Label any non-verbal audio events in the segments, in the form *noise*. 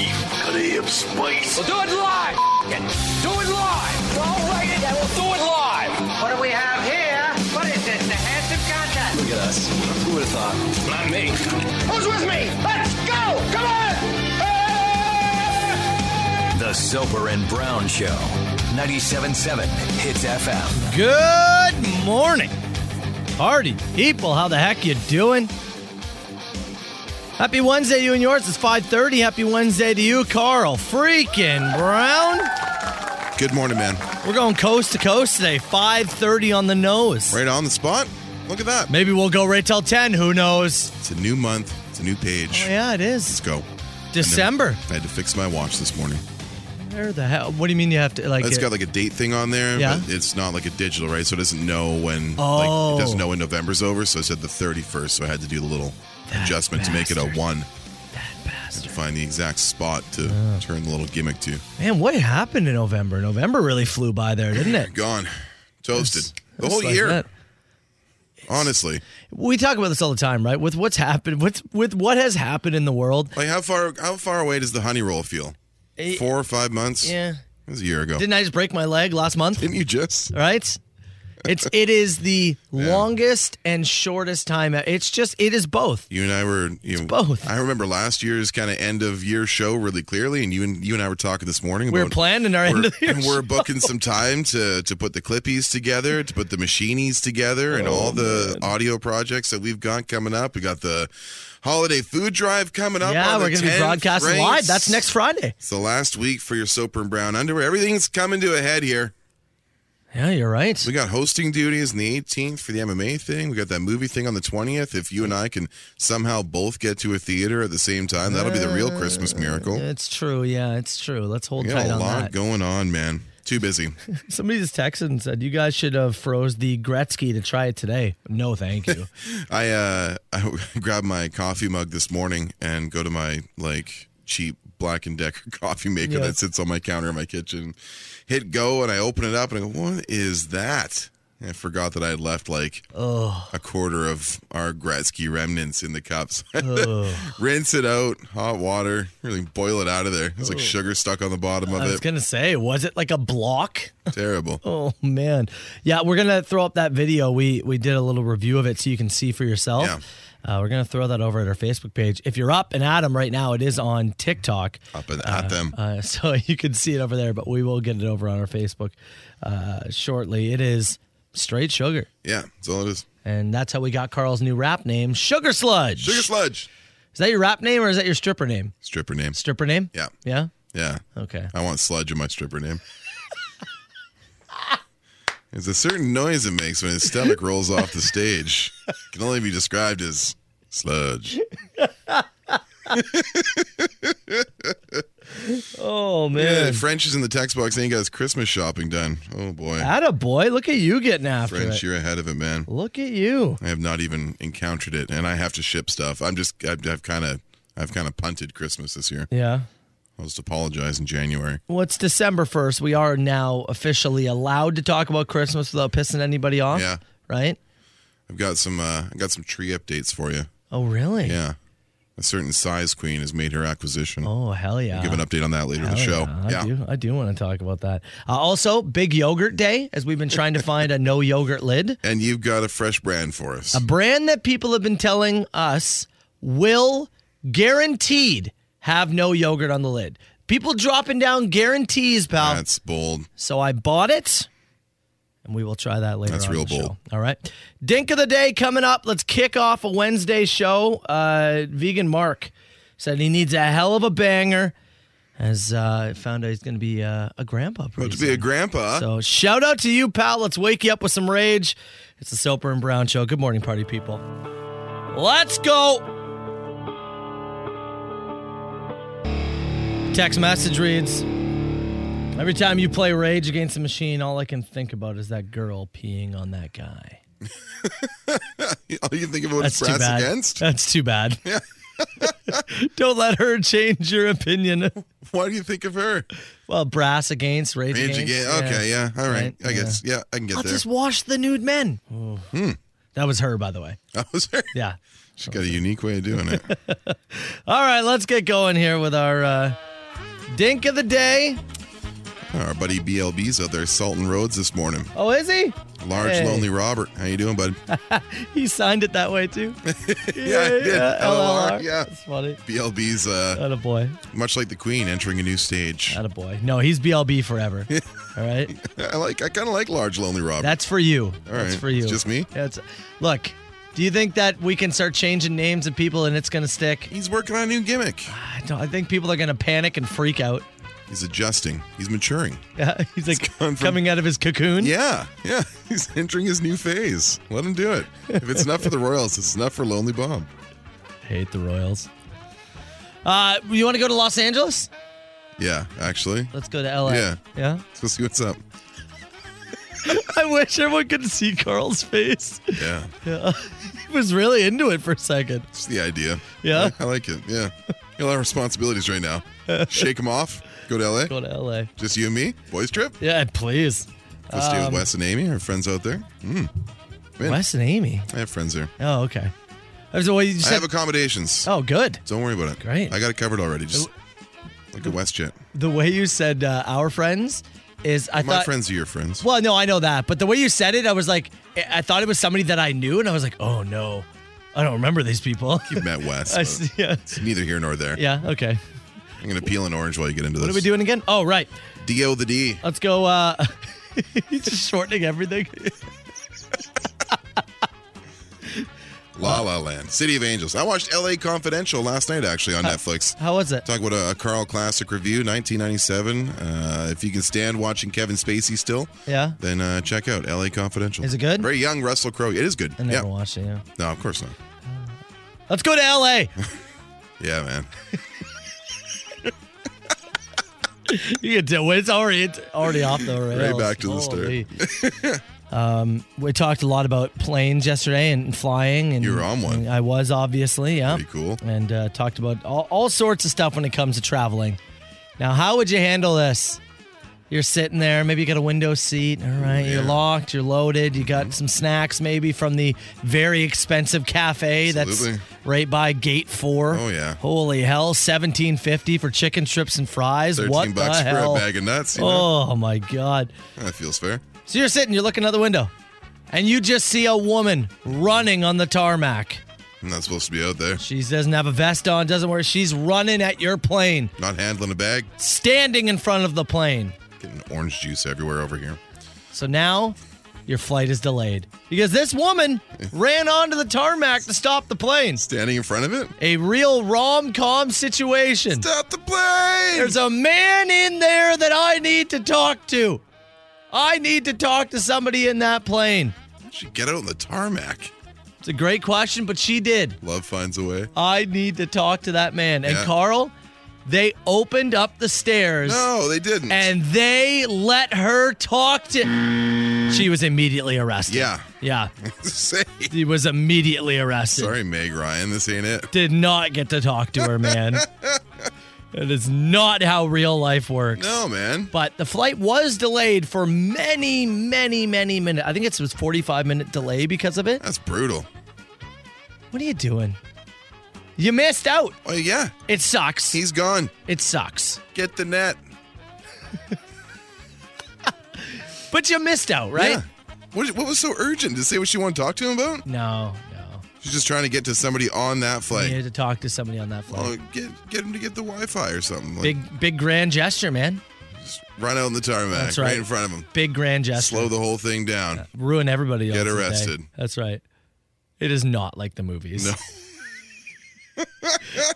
city of space. We'll do it live. F- it. Do it live. Don't write it, and we'll do it live. What do we have here? What is this? The handsome contest. Look at us. Who would have thought? Not me. Who's with me? Let's go. Come on. Hey! The Soper and Brown Show, 97.7 Hits FM. Good morning, party people. How the heck you doing? Happy Wednesday to you and yours. It's 5.30. Happy Wednesday to you, Carl freaking Brown. Good morning, man. We're going coast to coast today. 5.30 on the nose. Right on the spot. Look at that. Maybe we'll go right till 10. Who knows? It's a new month. It's a new page. Oh, yeah, it is. Let's go. December. I, I had to fix my watch this morning. Where the hell? What do you mean you have to like? It's it, got like a date thing on there. Yeah. it's not like a digital, right? So it doesn't know when. Oh. Like, it doesn't know when November's over. So I said the 31st. So I had to do the little that adjustment bastard. to make it a one. That bastard. To find the exact spot to oh. turn the little gimmick to. Man, what happened in November? November really flew by there, didn't it? Gone, toasted. It's, the whole like year. That. Honestly, we talk about this all the time, right? With what's happened, with with what has happened in the world. Like how far how far away does the honey roll feel? Eight, Four or five months. Yeah, it was a year ago. Didn't I just break my leg last *laughs* month? Didn't you just? Right. It's it is the yeah. longest and shortest time. e, It's just it is both. You and I were you know, both. I remember last year's kind of end of year show really clearly, and you and you and I were talking this morning. we were planning our *laughs* we're, end of year. *laughs* And we're booking some time to to put the clippies together, to put the machinies together, oh, and all the man. audio projects that we've got coming up. We got the holiday food drive coming up. Yeah, we're going to be broadcasting race. live. That's next Friday. It's the last week for your soap and brown underwear. Everything's coming to a head here. Yeah, you're right. We got hosting duties on the 18th for the MMA thing. We got that movie thing on the 20th. If you and I can somehow both get to a theater at the same time, that'll be the real Christmas miracle. It's true. Yeah, it's true. Let's hold we tight on Uh, that. A lot going on, man. Too busy. Somebody just texted and said you guys should have froze the Gretzky to try it today. No, *laughs* thank you. I uh, *laughs* I grabbed my coffee mug this morning and go to my like cheap Black and Decker *laughs* coffee maker yes. that sits on my counter in my kitchen. Hit go and I open it up and I go, "What is that?" And I forgot that I had left like oh. a quarter of our Gretzky remnants in the *laughs* cups. oh. Rinse it out, hot water, really boil it out of there. It's oh. like sugar stuck on the bottom of it. I was gonna say, was it like a block? *laughs* Terrible. oh man, yeah, we're gonna throw up that video. We we did a little review of it so you can see for yourself. Yeah. Uh, we're going to throw that over at our Facebook page. If you're up and at them right now, it is on TikTok. Up and at uh, them. Uh, *laughs* so you can see it over there, but we will get it over on our Facebook uh, shortly. It is straight sugar. Yeah, that's all it is. And that's how we got Carl's new rap name, Sugar Sludge. Sugar Sludge. Is that your rap name or is that your stripper name? Stripper name. Stripper name? Yeah. Uh, Yeah? Yeah. Okay. I want Sludge in my stripper name. There's a certain noise it makes when his stomach rolls off the stage. It can only be described as sludge. oh man! Yeah, French is in the text box. And he got his Christmas shopping done. Oh boy! Atta boy! Look at you getting after French, it. you're ahead of it, man. Look at you! I have not even encountered it, and I have to ship stuff. I'm just I've kind of I've kind of punted Christmas this year. Yeah. I'll just apologize in January. Well, it's December 1st. We are now officially allowed to talk about Christmas without pissing anybody off. Yeah. Right? I've got some uh, I got some tree updates for you. Oh, really? Yeah. A certain size queen has made her acquisition. Oh, hell yeah. I'll give an update on that later hell in the show. Yeah. I, yeah. Do, I do want to talk about that. Uh, also, Big Yogurt Day, as we've been trying to find a no yogurt lid. And you've got a fresh brand for us. A brand that people have been telling us will guaranteed have no yogurt on the lid. People dropping down guarantees, pal. That's bold. So I bought it, and we will try that later. That's real bold. Show. All right, Dink of the day coming up. Let's kick off a Wednesday show. Uh, Vegan Mark said he needs a hell of a banger. As uh, found out he's going to be uh, a grandpa. About to be a grandpa. So shout out to you, pal. Let's wake you up with some rage. It's the Soper and Brown Show. Good morning, party people. Let's go. Text message reads Every time you play Rage Against the Machine, all I can think about is that girl peeing on that guy. *laughs* all you think about That's is Brass bad. *laughs* Against? That's too bad. *laughs* Yeah. Don't let her change *laughs* your opinion. Why do you think of her? Well, Brass Against, Rage, Rage Against. against. Okay, yeah. yeah. All right. right. I guess. Yeah. yeah, I can get I'll there. *laughs* just wash the nude men. Oh. Hmm. That was her, by the way. That was her? Yeah. *laughs* She's got a unique way of doing it. all right, let's get going here with our. Uh, Dink of the day. Our buddy BLB's out there salting roads this morning. Oh, is he? Large Hey. lonely Robert. How you doing, bud? He signed it that way too. *laughs* Yeah, I did. LLR, yeah. That's funny. BLB's uh, That a boy. much like the Queen entering a new stage. That a boy. No, he's *laughs* BLB forever. All right. I like. I kind of like large lonely Robert. That's for you. That's right. for you. It's just me? That's look. Do you think that we can start changing names of people and it's gonna stick? He's working on a new gimmick. I don't. I think people are gonna panic and freak out. *laughs* He's adjusting. He's maturing. Yeah, he's like gone from- coming out of his cocoon. Yeah, yeah. *laughs* He's entering his new phase. Let him do it. If it's enough for the Royals, it's enough for Lonely Bob. Hate the Royals. Uh, you want to go to Los Angeles? Yeah, actually. Let's go to LA. Yeah. Yeah. Let's go see what's up. *laughs* I wish everyone could see Carl's face. *laughs* Yeah, Yeah. he was really into it for a second. it's the idea. Yeah. I, I like it. Yeah. Got a lot of responsibilities right now. Shake them off. Go to LA. Go to LA. Just you and me. Boys trip. Yeah, please. Go stay Um, with Wes and Amy, our friends out there. Mm. Man, Wes and Amy. I have friends there. Oh, okay. I was what you I said. have accommodations. oh, good. Don't worry about it. Great. I got it covered already. Just like a WestJet. The way you said uh, our friends is I My thought. friends are your friends. Well, no, I know that, but the way you said it, I was like, I I thought it was somebody that I knew, and I was like, oh no, I don't remember these people. You've met Wes. *laughs* I but see- yeah. It's neither here nor there. Yeah. Okay. I'm gonna peel an orange while you get into What are this. we doing again? Oh, right. Do the D. Let's go. *laughs* Uh, he's just shortening everything. La La Land, City of Angels. I watched L.A. Confidential last night, actually on Oh. Netflix. How was it? Talk about a, a Carl classic review, 1997. Uh, if you can stand watching Kevin Spacey still, Yeah. then uh, check out L.A. Confidential. Is it good? Very young Russell Crowe. It is good. I never yeah. watched it. Yeah. No, of course not. Let's go to *laughs* L.A. Yeah, man. You can tell it's already it's already off the rails. back to the start. Holy. *laughs* um, we talked a lot about planes yesterday and flying, and You were on one. I was obviously, yeah. Pretty cool. *laughs* And uh, talked about all, all sorts of stuff when it comes to traveling. Now, how would you handle this? You're sitting there, maybe you got a window seat. All right, you're yeah. Mm-hmm. locked, you're loaded. You got some snacks, maybe from the very expensive cafe Absolutely. that's right by Gate Four. Oh, yeah. Holy hell, seventeen fifty for chicken strips and fries. 13 what bucks the for hell? a bag of nuts. You know? Oh my god. That feels fair. So you're sitting, you're looking out the window, and you just see a woman running on the tarmac. I'm not supposed to be out there. She doesn't have a vest on, doesn't wear she's running at your plane, Not handling a bag. standing in front of the plane. Getting orange juice everywhere over here. So now your flight is delayed. Because this *laughs* woman ran onto the tarmac to stop the plane. Standing in front of it. A real rom com situation. Stop the plane. There's a man in there that I need to talk to. I need to talk to somebody in that plane. She get out on the tarmac. It's a great question, but she did. Love finds a way. I need to talk to that man. And Yeah. Carl, they opened up the stairs No, they didn't. and they let her talk to. She was immediately arrested. Yeah. Yeah. *laughs* Say, She was immediately arrested. sorry, Meg Ryan, this ain't it. Did not get to talk to *laughs* her, man. that is not how real life works. No, man. But the flight was delayed for many, many, many minutes. I think it was 45 minute delay because of *laughs* it. That's brutal. What are you doing? You missed out. Oh yeah, It sucks. he's gone. it sucks. Get the net, But you missed out, right? Yeah. What, what was so urgent to say what she wanted to talk to him about? No, no. She's just trying to get to somebody on that I flight. needed to talk to somebody on that flight. Oh, get get him to get the Wi-Fi or something. Like, Big, big grand gesture, man. just run out on the tarmac, That's right. in front of him. Big grand gesture. Slow the whole thing down. Ruin everybody. Get else's day. arrested. That's right. It is not like the movies. *laughs*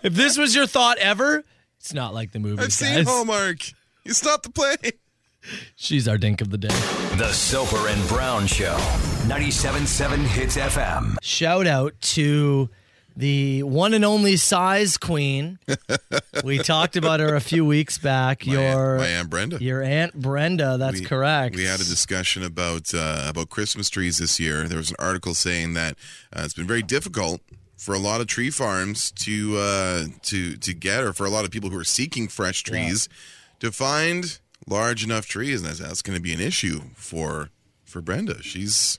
if this was your thought ever, it's not like the movies. I've seen guys. Hallmark. You stop the plane. She's our dink of the day. The Soper and Brown Show. 97.7 Hits FM. Shout out to the one and only size *laughs* queen. we talked about her a few weeks back. My aunt- your my aunt Brenda. your aunt Brenda. That's We- correct. We had a discussion about uh, about Christmas trees this year. There was an article saying that uh, it's been very difficult for a lot of tree farms to uh, to to get, or for a lot of people who are seeking fresh trees, to find large enough trees, and that's, that's going to be an issue for for Brenda. She's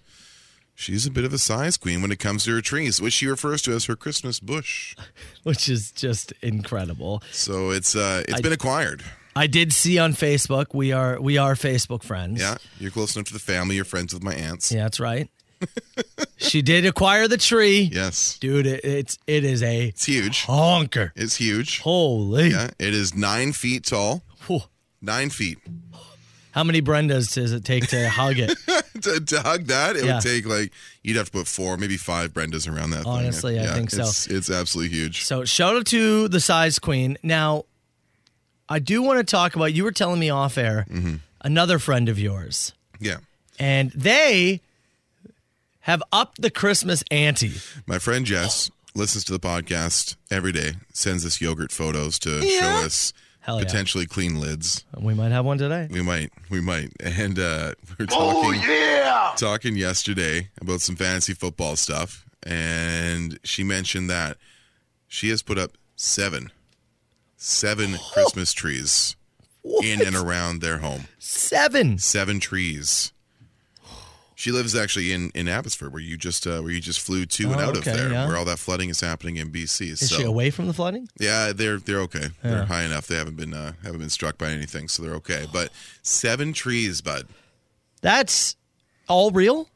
She's a bit of a size queen when it comes to her trees, which she refers to as her Christmas bush. which is just incredible. So it's uh, it's I- been acquired. I did see on Facebook. We are we are Facebook friends. Yeah, you're close enough to the family. You're friends with my aunts. Yeah, that's right. she did acquire the tree. Yes, Dude, it, it's it is a it's huge. honker. It's huge. Holy. Yeah, it is nine feet tall. Whew. Nine feet. *laughs* How many Brendas does it take to *laughs* hug it? to, to hug that, it Yeah. would take like you'd have to put four, maybe five Brendas around that. thing. Honestly, I think so. It's, it's absolutely huge. So shout out to the size queen. Now, I do want to talk about. You were telling me off air Mm-hmm. another friend of yours, Yeah, and they have upped the Christmas ante. my friend Jess listens to the podcast every day. Sends us yogurt photos to show us Hell yeah. potentially clean lids. We might have one today. We might, we might, and uh, we we're talking. yeah! talking yesterday about some fantasy football stuff, and she mentioned that she has put up seven, *gasps* seven Christmas trees in and around their home. Seven. Seven trees. She lives actually in in Abbotsford, where you just uh, where you just flew to and Oh, out okay, of there, yeah. where all that flooding is happening in BC. Is so she away from the flooding? yeah, they're they're okay. They're high enough. They haven't been uh, haven't been struck by anything, so they're okay. But seven trees, bud. That's all real.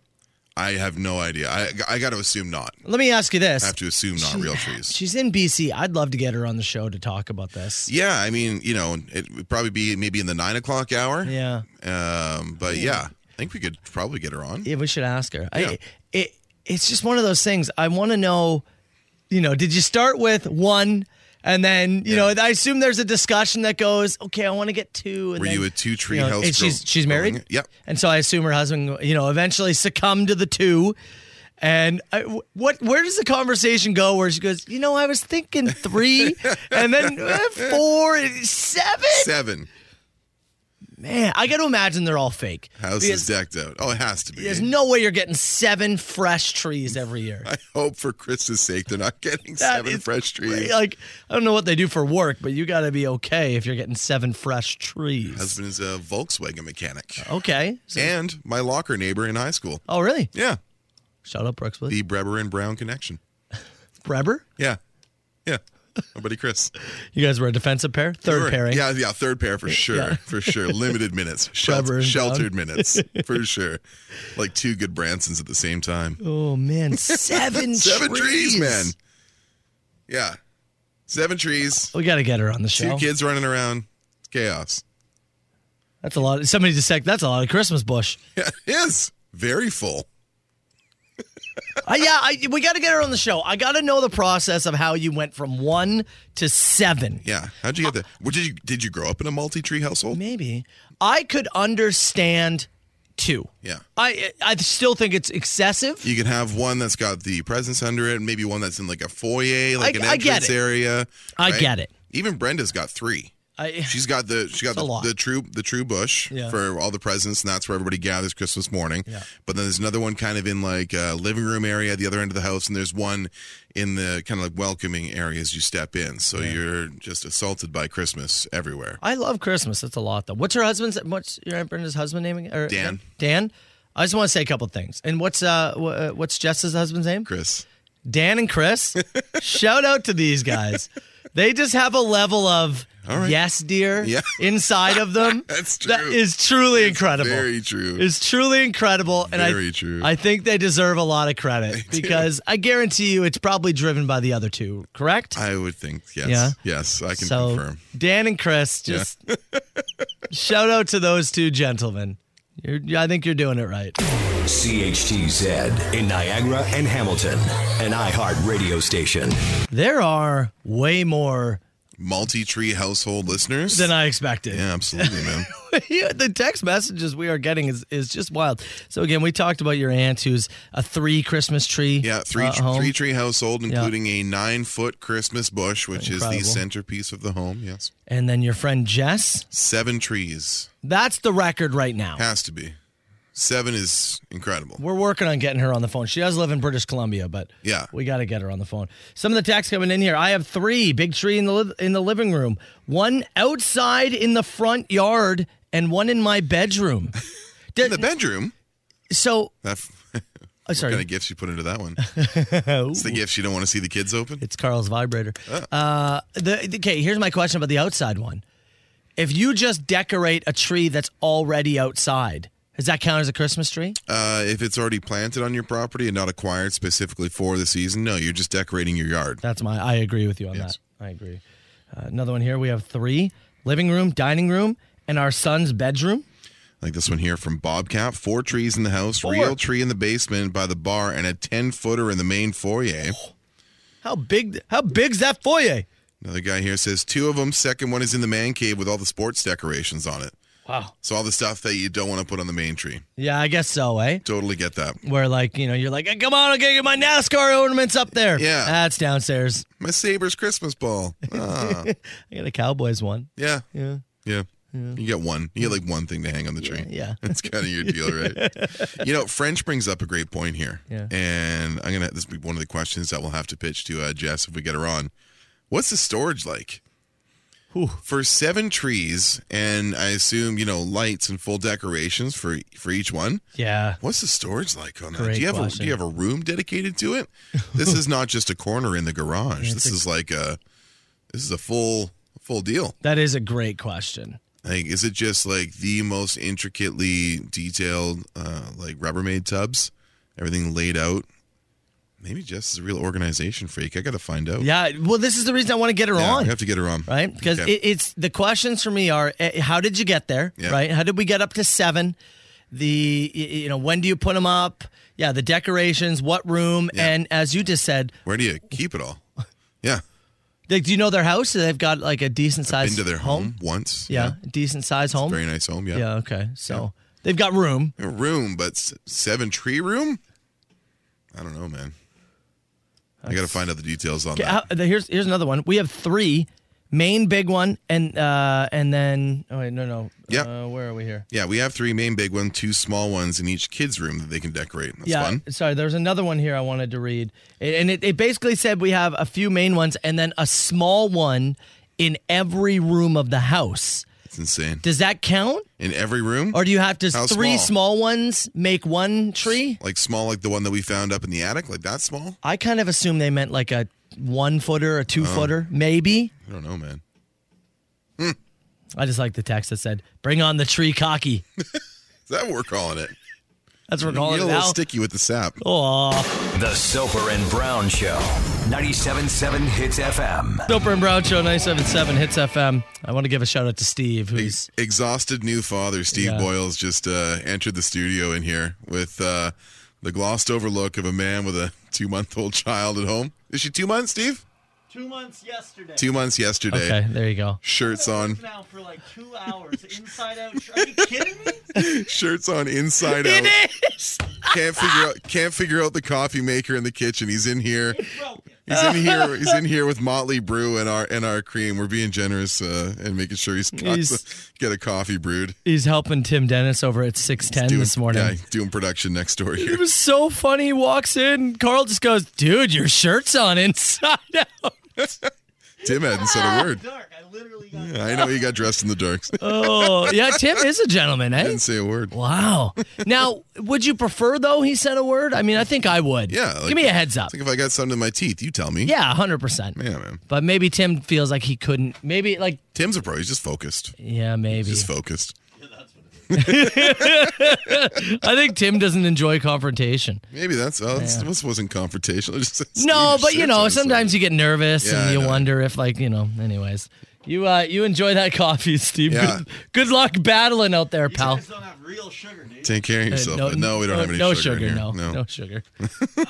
I have no idea. I I got to assume not. Let me ask you this. I have to assume not real trees. She's in BC. I'd love to get her on the show to talk about this. Yeah, I mean, you know, it would probably be maybe in the nine o'clock hour. Yeah. Um, but yeah, I think we could probably get her on. Yeah, we should ask her. Yeah. I, it it's just one of those things. I want to know, you know, did you start with one, and then you know, I assume there's a discussion that goes, okay, I want to get two. And Were then, you a two tree you know, house? and she's grow- she's married. growing? Yep. And so I assume her husband, you know, eventually succumbed to the two. And I, what? Where does the conversation go? Where she goes, you know, I was thinking three, *laughs* and then eh, four, and seven. Seven. Man, I got to imagine they're all fake. House Because- is decked out. Oh, it has to be. There's no way you're getting seven fresh trees every year. I hope for Christmas' sake they're not getting That seven is Oh, fresh trees. Like, I don't know what they do for work, but you got to be okay if you're getting seven fresh trees. Husband is a Volkswagen mechanic okay. Oh, So- and my locker neighbor in high school. oh, really? Yeah, Shout out Brookswood. the Breber and Brown connection. Breber? Yeah, yeah. My buddy Chris. You guys were a defensive pair? Third Sure. pairing. Yeah, yeah, third pair for sure, for sure. Limited *laughs* minutes, shelter, Trevor and sheltered *laughs* minutes for sure. Like two good Bransons at the same time. Oh, *laughs* man. Seven trees. Seven trees, man. Yeah, seven trees, We got to get her on the two show. kids running around, It's chaos. *laughs* That's a lot. Somebody dissect. That's a lot of Christmas bush. Yeah, it is very full. Uh, yeah, I, we got to get her on the show. I got to know the process of how you went from one to seven. Yeah, how'd you get there? What did you did you grow up in a multi tree household? Maybe I could understand two. Yeah. I I still think it's excessive. You can have one that's got the presents under it, and maybe one that's in like a foyer, like I- an I get entrance it. area. I get it. Even Brenda's got three. I She's got the she got a the, lot. the true the true bush Yeah. for all the presents, and that's where everybody gathers Christmas morning. Yeah. But then there's another one kind of in like a living room area, at the other end of the house, and there's one in the kind of like welcoming area as you step in. So you're just assaulted by Christmas everywhere. I love Christmas. That's a lot though. What's her husband's? What's your aunt Brenda's husband name? again? Or, Dan. Dan. I just want to say a couple things. And what's uh wh- uh, what's Jess's husband's name? Chris, Dan *laughs* and Chris. Shout out to these guys. They just have a level of right. yes, dear, Yeah. inside of them. *laughs* That's That true. is truly incredible. very true. is truly incredible, and I Very true. I think they deserve a lot *laughs* of credit because I guarantee you it's probably driven by the other two. Correct? I would think yes, Yeah. yes, I can so confirm. Dan and Chris, *laughs* just shout out to those two gentlemen. You're, I think you're doing it right. CHTZ in Niagara and Hamilton, an iHeart radio station. There are way more Multi tree household listeners. than I expected. yeah, absolutely, man. *laughs* Yeah, the text messages we are getting is, is just wild. So again, we talked about your aunt who's a three Christmas tree. Yeah, three uh, home. three tree household, including a nine foot Christmas bush, which is Incredible. the centerpiece of the home. Yes, and then your friend Jess. seven trees. That's the record right now. Has to be. Seven is incredible. We're working on getting her on the phone. She does live in British Columbia, but Yeah. we got to get her on the phone. Some of the texts coming in here. I have three big tree in the li- in the living room, one outside in the front yard, and one in my bedroom. *laughs* *laughs* In the bedroom, So, that f- *laughs* oh, what kind sorry, of gifts you put into *laughs* that one? it's the gifts you don't want to see the kids open. Oh. it's Carl's vibrator. Uh, the, the- okay, here's my question about the outside one. If you just decorate a tree that's already outside, does that count as a Christmas tree? Uh, if it's already planted on your property and not acquired specifically for the season, no, you're just decorating your yard. That's my. I agree with you on Yes. that. I agree. Uh, another one here. We have three: living room, dining room, and our son's bedroom. Like this one here from Bobcat. Four trees in the house, Four. real tree in the basement by the bar, and a 10 footer in the main foyer. How big? How big's that foyer? Another guy here says two of them. Second one is in the man cave with all the sports decorations on it. Wow. So all the stuff that you don't want to put on the main tree. Yeah, I guess so, eh? Totally get that. Where like you know you're like, "Hey, come on, I'll get you my NASCAR ornaments up there. Yeah. that's downstairs. My Sabres Christmas ball. *laughs* Ah, I got a Cowboys one. yeah, Yeah. yeah. You get one. You get like one thing to hang on the tree. yeah. *laughs* That's kind of your deal, right? *laughs* you know, French brings up a great point here. Yeah. And I'm gonna this will be one of the questions that we'll have to pitch to uh, Jess if we get her on. What's the storage like? For seven trees, and I assume you know lights and full decorations for for each one. Yeah. What's the storage like on that? Great do you have a, do question. you have a room dedicated to it? This is not just a corner in the garage. this a- is like a this is a full full deal. That is a great question. Like, is it just like the most intricately detailed uh, like Rubbermaid tubs? Everything laid out. Maybe Jess is a real organization freak. I got to find out. Yeah. Well, this is the reason I want to get her Yeah, on. we have to get her on. right? Because Okay. it, it's the questions for me are eh, how did you get there, Yeah. right? How did we get up to seven? The y- y- you know when do you put them up? Yeah, the decorations, what room, Yeah. and as you just said, where do you keep it *laughs* all? Yeah, like, do you know their house? They've got like a decent been size to their home, once. Yeah, decent size home. very nice home. Yeah, yeah, okay, so they've got room. a room, but s- seven tree room. I don't know, man. I got to find out the details on Okay, that. how- the- here's here's another one. We have three main big one, and uh and then oh wait no no Yeah. uh, where are we here? yeah, we have three main big ones, two small ones in each kid's room that they can decorate. That's yeah, fun. sorry. There's another one here I wanted to read, It- and it, it basically said we have a few main ones and then a small one in every room of the house. It's insane. Does that count, In every room, or do you have to How three small? small ones make one tree? like small, like the one that we found up in the attic, like that small. I kind of assume they meant like a one footer, a two Oh. footer, maybe. I don't know, man. I just like the text that said, "Bring on the tree, cocky." Is that what we're calling it? That's what *laughs* we're You're a calling it little now. sticky with the sap. The Soper and Brown Show. 97.7 Hits FM. Soper and Brown Show 977 Hits FM. I want to give a shout out to Steve, who's Exhausted new father Steve Yeah. Boyles just uh, entered the studio in here with uh, the glossed over look of a man with a *laughs* two month old child at home. Is she two months, Steve? two months yesterday. Two months yesterday. okay. There you go. Shirts on, Now for like two hours, inside out. Are you kidding me? shirts on, inside out. It is. Can't figure out, can't figure out the coffee maker in the kitchen. He's in here. Broken. He's in *laughs* here. He's in here with Motley Brew and our and our cream. We're being generous uh, and making sure he's got He's- the- get a coffee brewed. He's helping Tim Dennis over at 610 this morning. Yeah, doing production next door here. It was so funny. He walks in. Carl just goes, dude, your shirt's on inside out. Tim hadn't Ah, said a word. Dark. I literally got I know he got dressed in the dark. Oh, yeah. Tim is a gentleman, eh? Didn't say a *laughs* word. Wow. Now, would you prefer, though, he said a word? I mean, I think I would. Yeah, like- Give me a heads up. It's like if I got something in my teeth, you tell me. yeah, 100%. Yeah, man. But maybe Tim feels like he couldn't. Maybe, like, Tim's a pro. He's just focused. yeah, maybe. Just focused. I think Tim doesn't enjoy confrontation. Maybe that's oh, this- this wasn't confrontational. *laughs* Just, No, but you know, sometimes you. you get nervous Yeah, I and you know. wonder if, like, you know. Anyways, you uh, you enjoy that coffee, Steve. Yeah. Good, good luck battling out there, You pal. guys don't have real sugar, dude. Take care of Uh, yourself. but no, we don't have any no sugar, in here. no, no *laughs* sugar.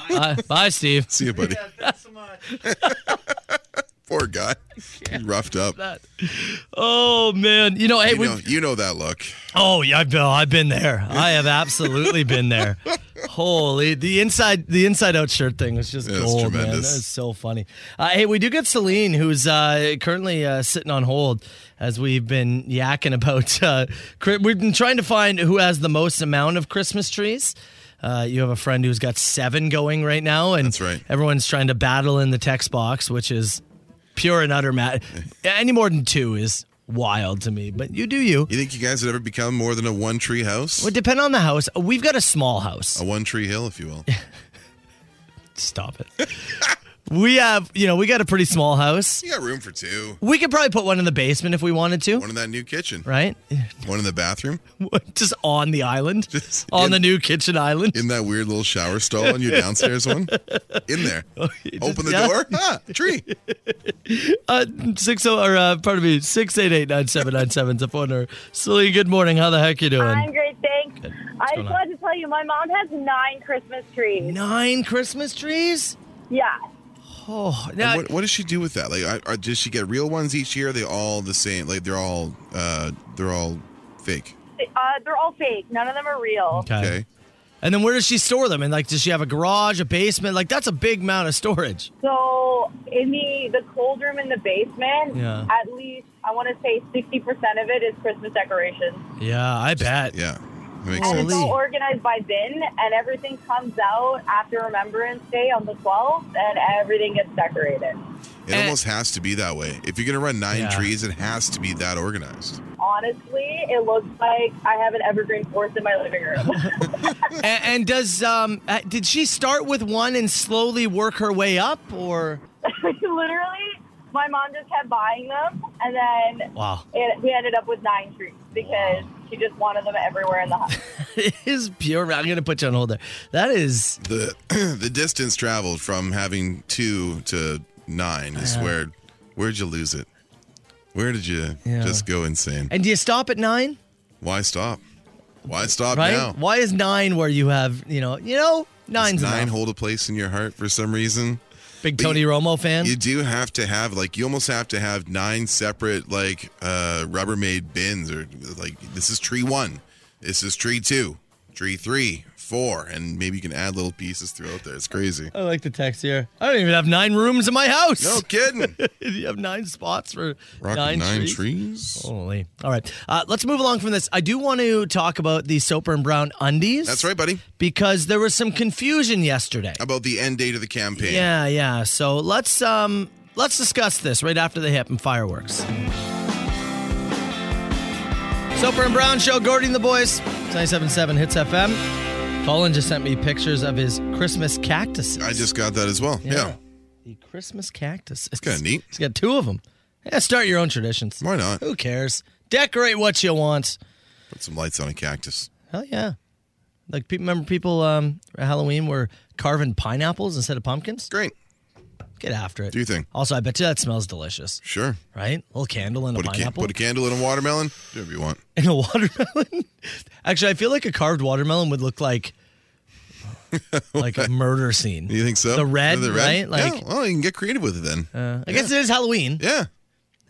Bye- bye, Steve. See you, buddy. *laughs* Yeah, thanks so much. *laughs* Poor guy. He roughed up. Oh man, you know, hey, You we. know, you know that look. Oh yeah, I've been, I've been there. I *laughs* have absolutely been there. Holy, the inside the inside out shirt thing was just Yeah, it's gold, man. That tremendous. was so funny. Uh, hey, we do get Celine, who's uh, currently uh, sitting on hold, as we've been yakking about. Uh, Chri- we've been trying to find who has the most amount of Christmas trees. Uh, you have a friend who's got seven going right now, and That's right. everyone's trying to battle in the text box, which is pure and utter mad. Any more than two is wild to me, but you do you. You think you guys would ever become more than a one tree house? Well, depend on the house. We've got a small house. *laughs* Oh. A one tree hill, if you will. Stop it. *laughs* We have, you know, we got a pretty small house. You got room for two. We could probably put one in the basement if we wanted to, One in that new kitchen. right? *laughs* One in the bathroom. Just on the island, *laughs* Just on in- the new kitchen island. In that weird little shower stall on your downstairs one. In *laughs* there. Open the Oh, yeah. door. Ah, tree. Uh, six oh, or uh, pardon me, six eight eight nine seven nine seven. The phone number. Celia, good morning. How the heck you doing? I'm great, thanks. I going just on? wanted to tell you, my mom has nine Christmas trees. Nine Christmas trees. Yeah. Oh, now And what, what does she do with that? Like, I- are, does she get real ones each year? Are they all the same? Like, they're all uh, they're all fake. They- Uh, they're all fake. None of them are real. okay. Okay. And then where does she store them? And like, does she have a garage, a basement? Like, that's a big amount of storage. So in the the cold room in the basement, Yeah. at least I want to say sixty percent of it is Christmas decorations. Yeah, I bet. Yeah. That makes And sense. it's Holy. all organized by bin, and everything comes out after Remembrance Day on the 12th, and everything gets decorated. It And- almost has to be that way. If you're gonna run nine Yeah. trees, it has to be that organized. Honestly, it looks like I have an evergreen forest in my living *laughs* room. *laughs* A- And, does um, uh, did she start with one and slowly work her way up, or Literally, my mom just kept buying them, and then wow, it, we ended up with nine trees because she just wanted them everywhere in the house. *laughs* it is pure. I'm gonna put you on hold there. That is The *clears throat* the distance traveled from having two to nine is where where'd you lose it? Where did you Yeah. just go insane? And do you stop at nine? Why stop? Why stop Right? now? Why is nine where you have, you know, you know, nine's *laughs* Does nine enough. hold a place in your heart for some reason? Big but Tony you- Romo fan. You do have to have like you almost have to have nine separate like uh Rubbermaid bins or like this is tree one, this is tree two, tree three, four, and maybe you can add little pieces throughout there. It's crazy. I like the text here. I don't even have nine rooms in my house. *laughs* No kidding. you have nine spots for Rocking nine, nine, trees. Oh. trees. Holy. All right. Uh, let's move along from this. I do want to talk about the Soper and Brown undies. That's right, buddy. Because there was some confusion yesterday. About the end date of the campaign. Yeah, yeah. So let's um let's discuss this right after the hip and fireworks. Soper and Brown show, Gordon the Boys, 977 Hits FM. Colin just sent me pictures of his Christmas cactuses. I just got that as well. Yeah. The Christmas cactuses. It's kinda neat. He's got two of them. Yeah, start your own traditions. Why not? Who cares? Decorate what you want. Put some lights on a cactus. Hell yeah. Like, pe- remember people um, at Halloween were carving pineapples instead of pumpkins? Great. Get after it. Do you think? Also, I bet you that smells delicious, Sure. right? A little candle and Put a a, can- pineapple put a candle in a watermelon. Do whatever you want. and a *laughs* watermelon. Actually, I feel like a carved watermelon would *laughs* look like like a murder scene. You think so? The red, right? Like, Like- Uh. yeah, well, you can get creative with it then. I guess it is Halloween. yeah.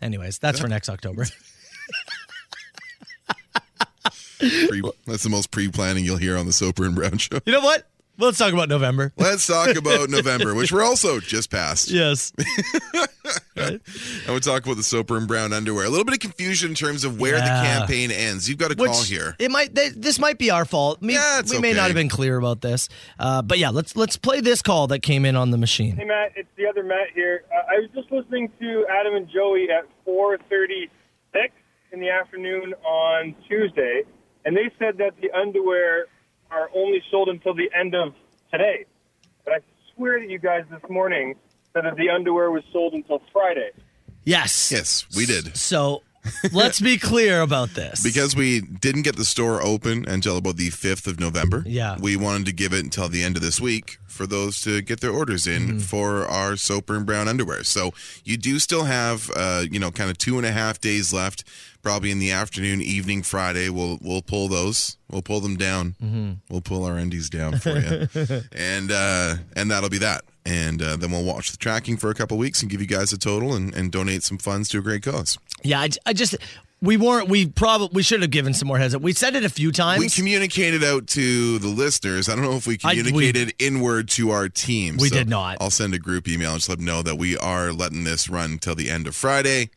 Anyways, that's for next October. *laughs* Pre- that's the most pre-planning you'll hear on the Soper and Brown show. You know what? Well, let's talk about November. Let's talk about November, which we're also just past. *laughs* *laughs* Yes. And we'll talk about the Soper and Brown underwear. A little bit of confusion in terms of where Yeah. the campaign ends. You've got a Which call here. It might. Th- this might be our fault. Me- Yeah, it's we may okay. not have been clear about this. Uh, but yeah, let's let's play this call that came in on the machine. Hey Matt, it's the other Matt here. Uh, I was just listening to Adam and Joey at 4:36 in the afternoon on Tuesday, and they said that the underwear are only sold until the end of today. But I swear to you guys this morning said that the underwear was sold until Friday. Yes. Yes, we did. *laughs* So let's be clear about this. Because we didn't get the store open until about the 5th of November. Yeah. We wanted to give it until the end of this week for those to get their orders in for our Soper and Brown underwear. So you do still have, uh, you know, kind of two and a half days left. Probably in the afternoon, evening, Friday, we'll we'll pull those. We'll pull them down. We'll pull our undies down for you, and uh, and that'll be that. And uh, then we'll watch the tracking for a couple weeks and give you guys a total and, and donate some funds to a great cause. yeah, I, j- I just we weren't. We probably we should have given some more heads up. We said it a few times. we communicated out to the listeners. I don't know if we I- we- communicated inward to our team. We did not. I'll send a group email and just let them know that we are letting this run till the end of Friday.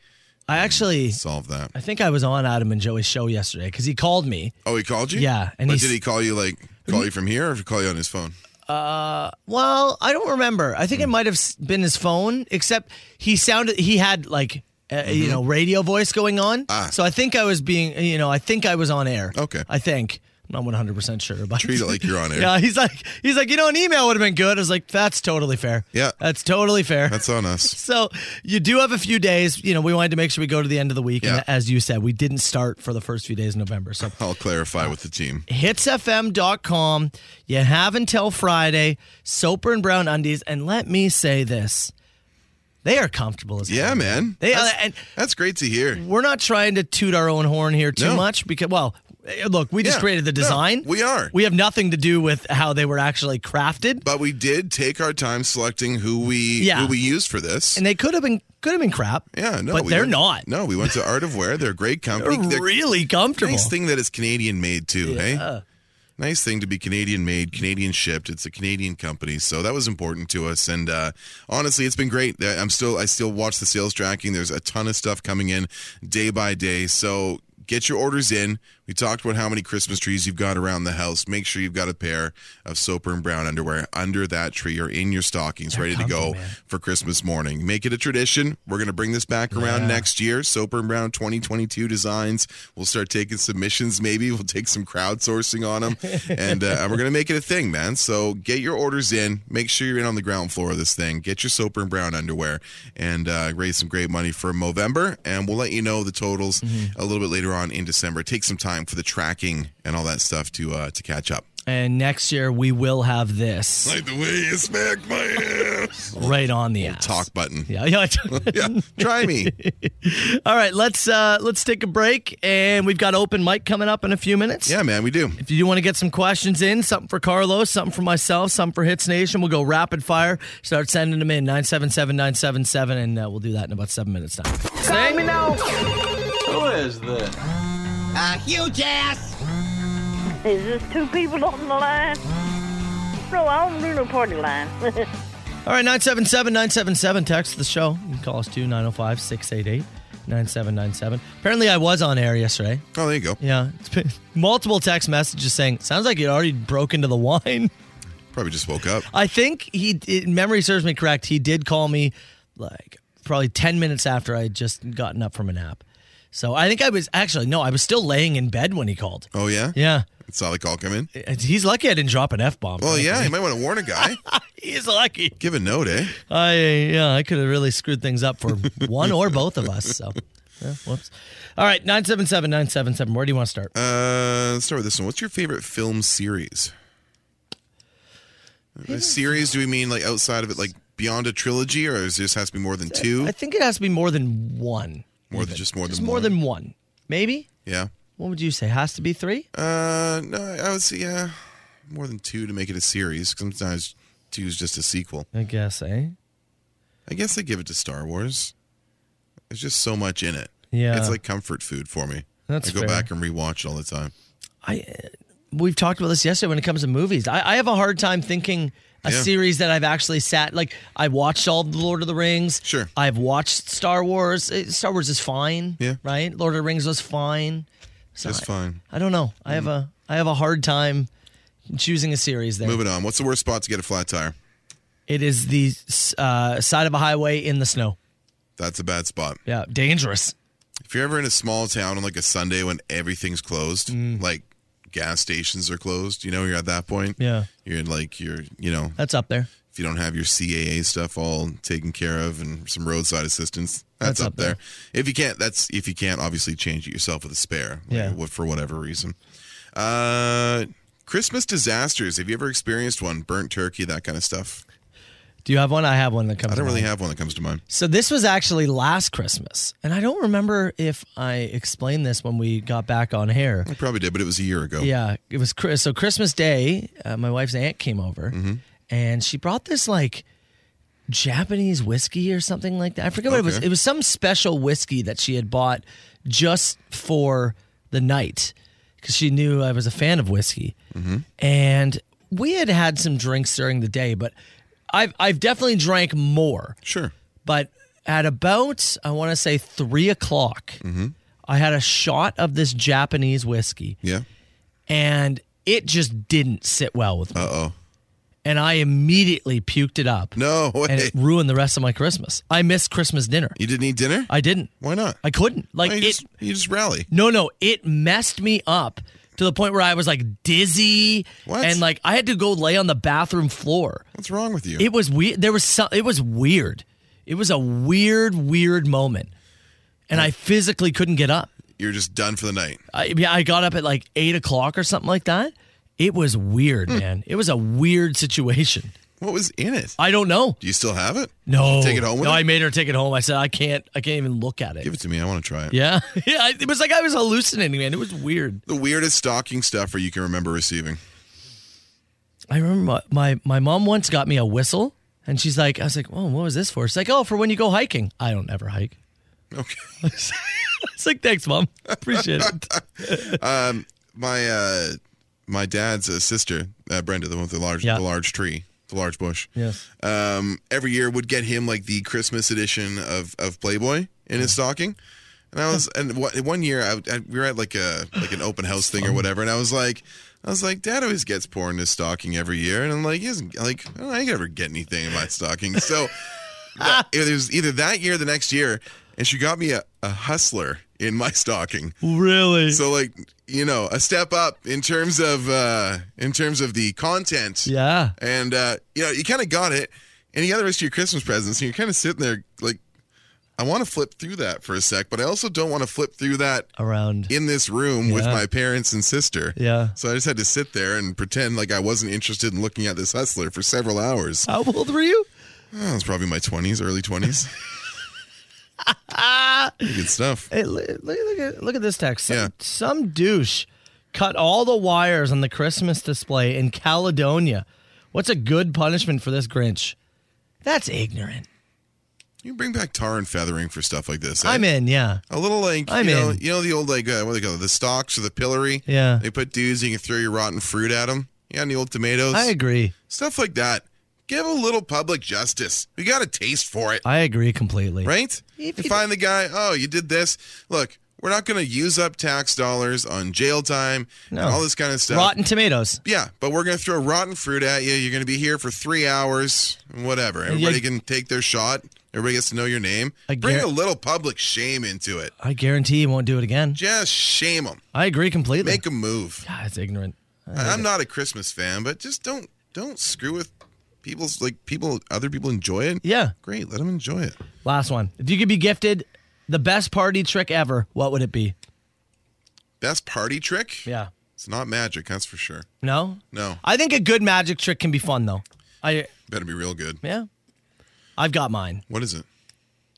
I actually. Solve that. I think I was on Adam and Joey's show yesterday because he called me. Oh, he called you? Yeah, and And but he's- did he call you like call you from here or call you on his phone? Well, I don't remember. I Hmm. think it might have s- been his phone, except he sounded he had like uh, you know radio voice going on. Mm-hmm. Ah. So I think I was being you know I think I was on air. Okay. I think I'm not 100% sure about Treat it like you're on air. *laughs* Yeah, he's like, he's like, you know, an email would have been good. I was like, that's totally fair. Yeah. That's totally fair. That's on us. so you do have a few days. You know, we wanted to make sure we go to the end of the week. Yeah. And as you said, we didn't start for the first few days of November. So I'll clarify with the *laughs* team. hitsfm.com. You have until Friday. Soper and Brown Undies. And let me say this they are comfortable as Yeah, hell. man. They are, that's, and that's great to hear. we're not trying to toot our own horn here too No. much because, well, eh, look, we just Yeah, created the no, design. we are. We have nothing to do with how they were actually crafted. But we did take our time selecting who we Yeah. who we use for this. and they could have been could have been crap. yeah, no, but we they're went- not. No, we went to Art of Wear. They're a great They're *laughs* company. really comfortable. nice thing that it's Canadian made too. Hey, nice thing to be Canadian made, Canadian shipped. It's a Canadian company, so that was important to us. And uh, honestly, it's been great. I'm still I still watch the sales tracking. There's a ton of stuff coming in day by day. So. Get your orders in. We talked about how many Christmas trees you've got around the house. Make sure you've got a pair of Soper and Brown underwear under that tree or in your stockings, ready to go comfy, man. for Christmas morning. Make it a tradition. We're going to bring this back around next year. Soper and Brown 2022 designs. We'll start taking submissions, maybe. We'll take some crowdsourcing on *laughs* them. and uh, we're going to make it a thing, man. So get your orders in. Make sure you're in on the ground floor of this thing. Get your Soper and Brown underwear and uh, raise some great money for Movember. And we'll let you know the totals a little bit later on in December. Take some time for the tracking and all that stuff to uh, to catch up. and next year we will have this Like the way you smack my ass. right on the ass. Talk button. Yeah, *laughs* yeah. yeah. Try *laughs* me. All right, let's uh let's take a break and we've got open mic coming up in a few minutes. Yeah, man, we do. If you do want to get some questions in, something for Carlos, something for myself, something for Hits Nation, we'll go rapid fire. Start sending them in 977 977 and uh, we'll do that in about 7 minutes time. Is this two people on the line? No, I don't do no party line. All right, 977 977. Text the show. You can call us oh 2 905 688 9797. Apparently, I was on air yesterday. Oh, there you go. Yeah. It's been multiple text messages saying, sounds like you already broke into the wine. *laughs* Probably just woke up. I think he, it, memory serves me correct, he did call me like probably 10 minutes after I had just gotten up from a nap. So I think I was actually, no, I was still laying in bed when he called. Oh yeah, Yeah. Saw the call come in. He's lucky I didn't drop an F bomb. Well, yeah, you might want to warn a *laughs* guy. He's lucky. Give a note, eh? I yeah, I could have really screwed things *laughs* up for one or both of us. So, yeah, whoops. All right, nine seven seven nine seven seven. Where do you want to start? Uh, let's start with this one. What's your favorite film series? Uh, By series, do we mean like outside of it, like beyond a trilogy, or is this has to be more than two? I think it has to be more than one. More than just more It's than more one. than one, maybe. yeah. What would you say? Has to be three. Uh, no, I would say yeah, more than two to make it a series. Sometimes two is just a sequel. I guess, eh? I guess I give it to Star Wars. There's just so much in it. Yeah. it's like comfort food for me. That's I go fair. back and rewatch it all the time. I uh, we've talked about this yesterday when it comes to movies. I, I have a hard time thinking a Yeah. series that I've actually sat like I watched all the Lord of the Rings. Sure. I've watched Star Wars. Eh, Star Wars is fine. Yeah. Right. Lord of the Rings was fine. So Just I- fine. I don't know. I have a I have a hard time choosing a series there. Moving on. What's the worst spot to get a flat tire? It is the uh, side of a highway in the snow. That's a bad spot. Yeah, dangerous. If you're ever in a small town on like a Sunday when everything's closed, like gas stations are closed, you know, you're at that point. Yeah. You're in like you're, you know, That's up there. if you don't have your CAA stuff all taken care of and some roadside assistance, that's, up, there. If you can't, that's if you can't obviously change it yourself with a spare, like, Yeah. what- for whatever reason. Uh, Christmas disasters. Have you ever experienced one? Burnt turkey, that kind of stuff. Do you have one? I have one that comes. I don't to really mind. have one that comes to mind. So this was actually last Christmas, and I don't remember if I explained this when we got back on air. I probably did, but it was a year ago. Yeah, it was Chris- so Christmas Day. Uh, my wife's aunt came over, and she brought this like Japanese whiskey or something like that. I forget what it was. Okay. It was some special whiskey that she had bought just for the night because she knew I was a fan of whiskey, and we had had some drinks during the day, but I've I've definitely drank more. Sure. But at about, I want to say three o'clock, I had a shot of this Japanese whiskey Mm-hmm. Yeah. and it just didn't sit well with me. Uh oh. And I immediately puked it up. No way. And it ruined the rest of my Christmas. I missed Christmas dinner. You didn't eat dinner? I didn't. Why not? I couldn't. Like, No, you, it, just, you just rally. no, no, it messed me up to the point where I was like dizzy What? and like I had to go lay on the bathroom floor. What's wrong with you? It was weird. There was some. It was weird. It was a weird, weird moment, and I physically couldn't get up. You're just done for the night. I, yeah, I got up at like eight o'clock or something like that. It was weird, Hmm. man. It was a weird situation. What was in it? I don't know. Do you still have it? No, Take it home with no, you? I made her take it home. I said I can't. I can't even look at it. Give it to me. I want to try it. yeah, *laughs* yeah. I- It was like I was hallucinating, man. It was weird. The weirdest stocking stuffer you can remember receiving. *laughs* I remember my, my my mom once got me a whistle, and she's like, I was like, oh, what was this for? She's like, oh, for when you go hiking. I don't ever hike. Okay. *laughs* It's like, thanks, mom. Appreciate it. my uh, my dad's uh, sister, uh, Brenda, the one with the large Yeah. the large tree, the large bush. Yes. um, every year would get him like the Christmas edition of, of Playboy in his stocking. And I was, and one- one year I, I, we were at like a like an open house thing or whatever, and I was like, I was like, Dad always gets porn in his stocking every year, and I'm like, he doesn't like I don't ever get anything in my stocking. So that, it was either that year, or the next year, and she got me a, a hustler in my stocking. Really? So like you know, a step up in terms of uh in terms of the content yeah. and uh, you know you kind of got it, and you got the rest of your Christmas presents, and you're kind of sitting there like, I want to flip through that for a sec, but I also don't want to flip through that Around. in this room with Yeah. my parents and sister. Yeah. So I just had to sit there and pretend like I wasn't interested in looking at this hustler for several hours. How old were you? That was probably my twenties, early *laughs* twenties. Good stuff. Hey, look, look, look at look at this text. Some, Yeah. some douche cut all the wires on the Christmas display in Caledonia. What's a good punishment for this Grinch? That's ignorant. You bring back tar and feathering for stuff like this. eh? I'm in. Yeah. A little like I'm you know, in. you know the old like uh, what do they call it? The stalks or the pillory. Yeah. They put dudes and you can throw your rotten fruit at them. Yeah, and the old tomatoes. I agree. Stuff like that. Give a little public justice. We got a taste for it, I agree completely. right? You If you- find the guy. Oh, you did this. Look, we're not going to use up tax dollars on jail time No. and all this kind of stuff. Rotten tomatoes. Yeah, but we're going to throw rotten fruit at you. You're going to be here for three hours, whatever. you- Everybody can take their shot. Everybody gets to know your name. I Bring guar- a little public shame into it. I guarantee you won't do it again. Just shame them. I agree completely. Make them move. God, it's ignorant. I- I'm not a Christmas fan, but just don't don't screw with people's like people. Other people enjoy it. Yeah. great. Let them enjoy it. Last one. If you could be gifted the best party trick ever, what would it be? Best party trick. Yeah. it's not magic. That's for sure. No? No, I think a good magic trick can be fun though. I better be real good. yeah. I've got mine. What is it?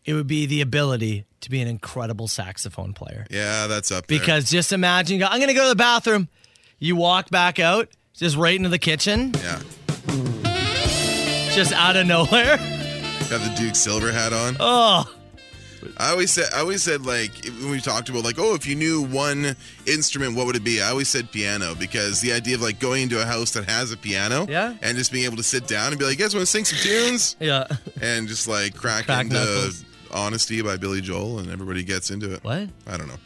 It would be the ability to be an incredible saxophone player. Yeah, that's up there. Because just imagine you go, I'm gonna go to the bathroom. You walk back out, just right into the kitchen, yeah, just out of nowhere. *laughs* got the Duke Silver hat on. Oh. I always said, I always said, like when we talked about, like, oh, if you knew one instrument, what would it be? I always said piano because the idea of like going into a house that has a piano, Yeah. and just being able to sit down and be like, you guys want to sing some tunes? Yeah. and just like cracking Crack the knuckles. honesty by Billy Joel, and everybody gets into it. What? I don't know.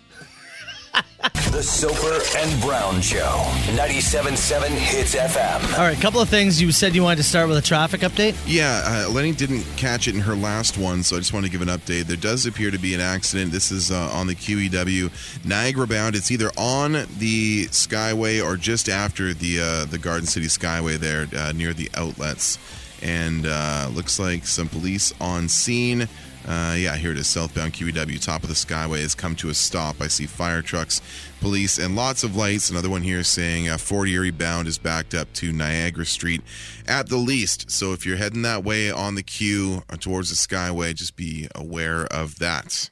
The Soper and Brown Show. 97.7 Hits FM. All right, couple of things. You said you wanted to start with a traffic update. Yeah, uh, Lenny didn't catch it in her last one, so I just want to give an update. There does appear to be an accident. This is uh, on the QEW Niagara bound. It's either on the Skyway or just after the uh, the Garden City Skyway there uh, near the outlets, and uh, looks like some police on scene. Uh, yeah, here it is. Southbound QEW, top of the Skyway, has come to a stop. I see fire trucks, police, and lots of lights. Another one here saying uh, 40 Erie bound is backed up to Niagara Street at the least. So if you're heading that way on the queue uh, towards the Skyway, just be aware of that.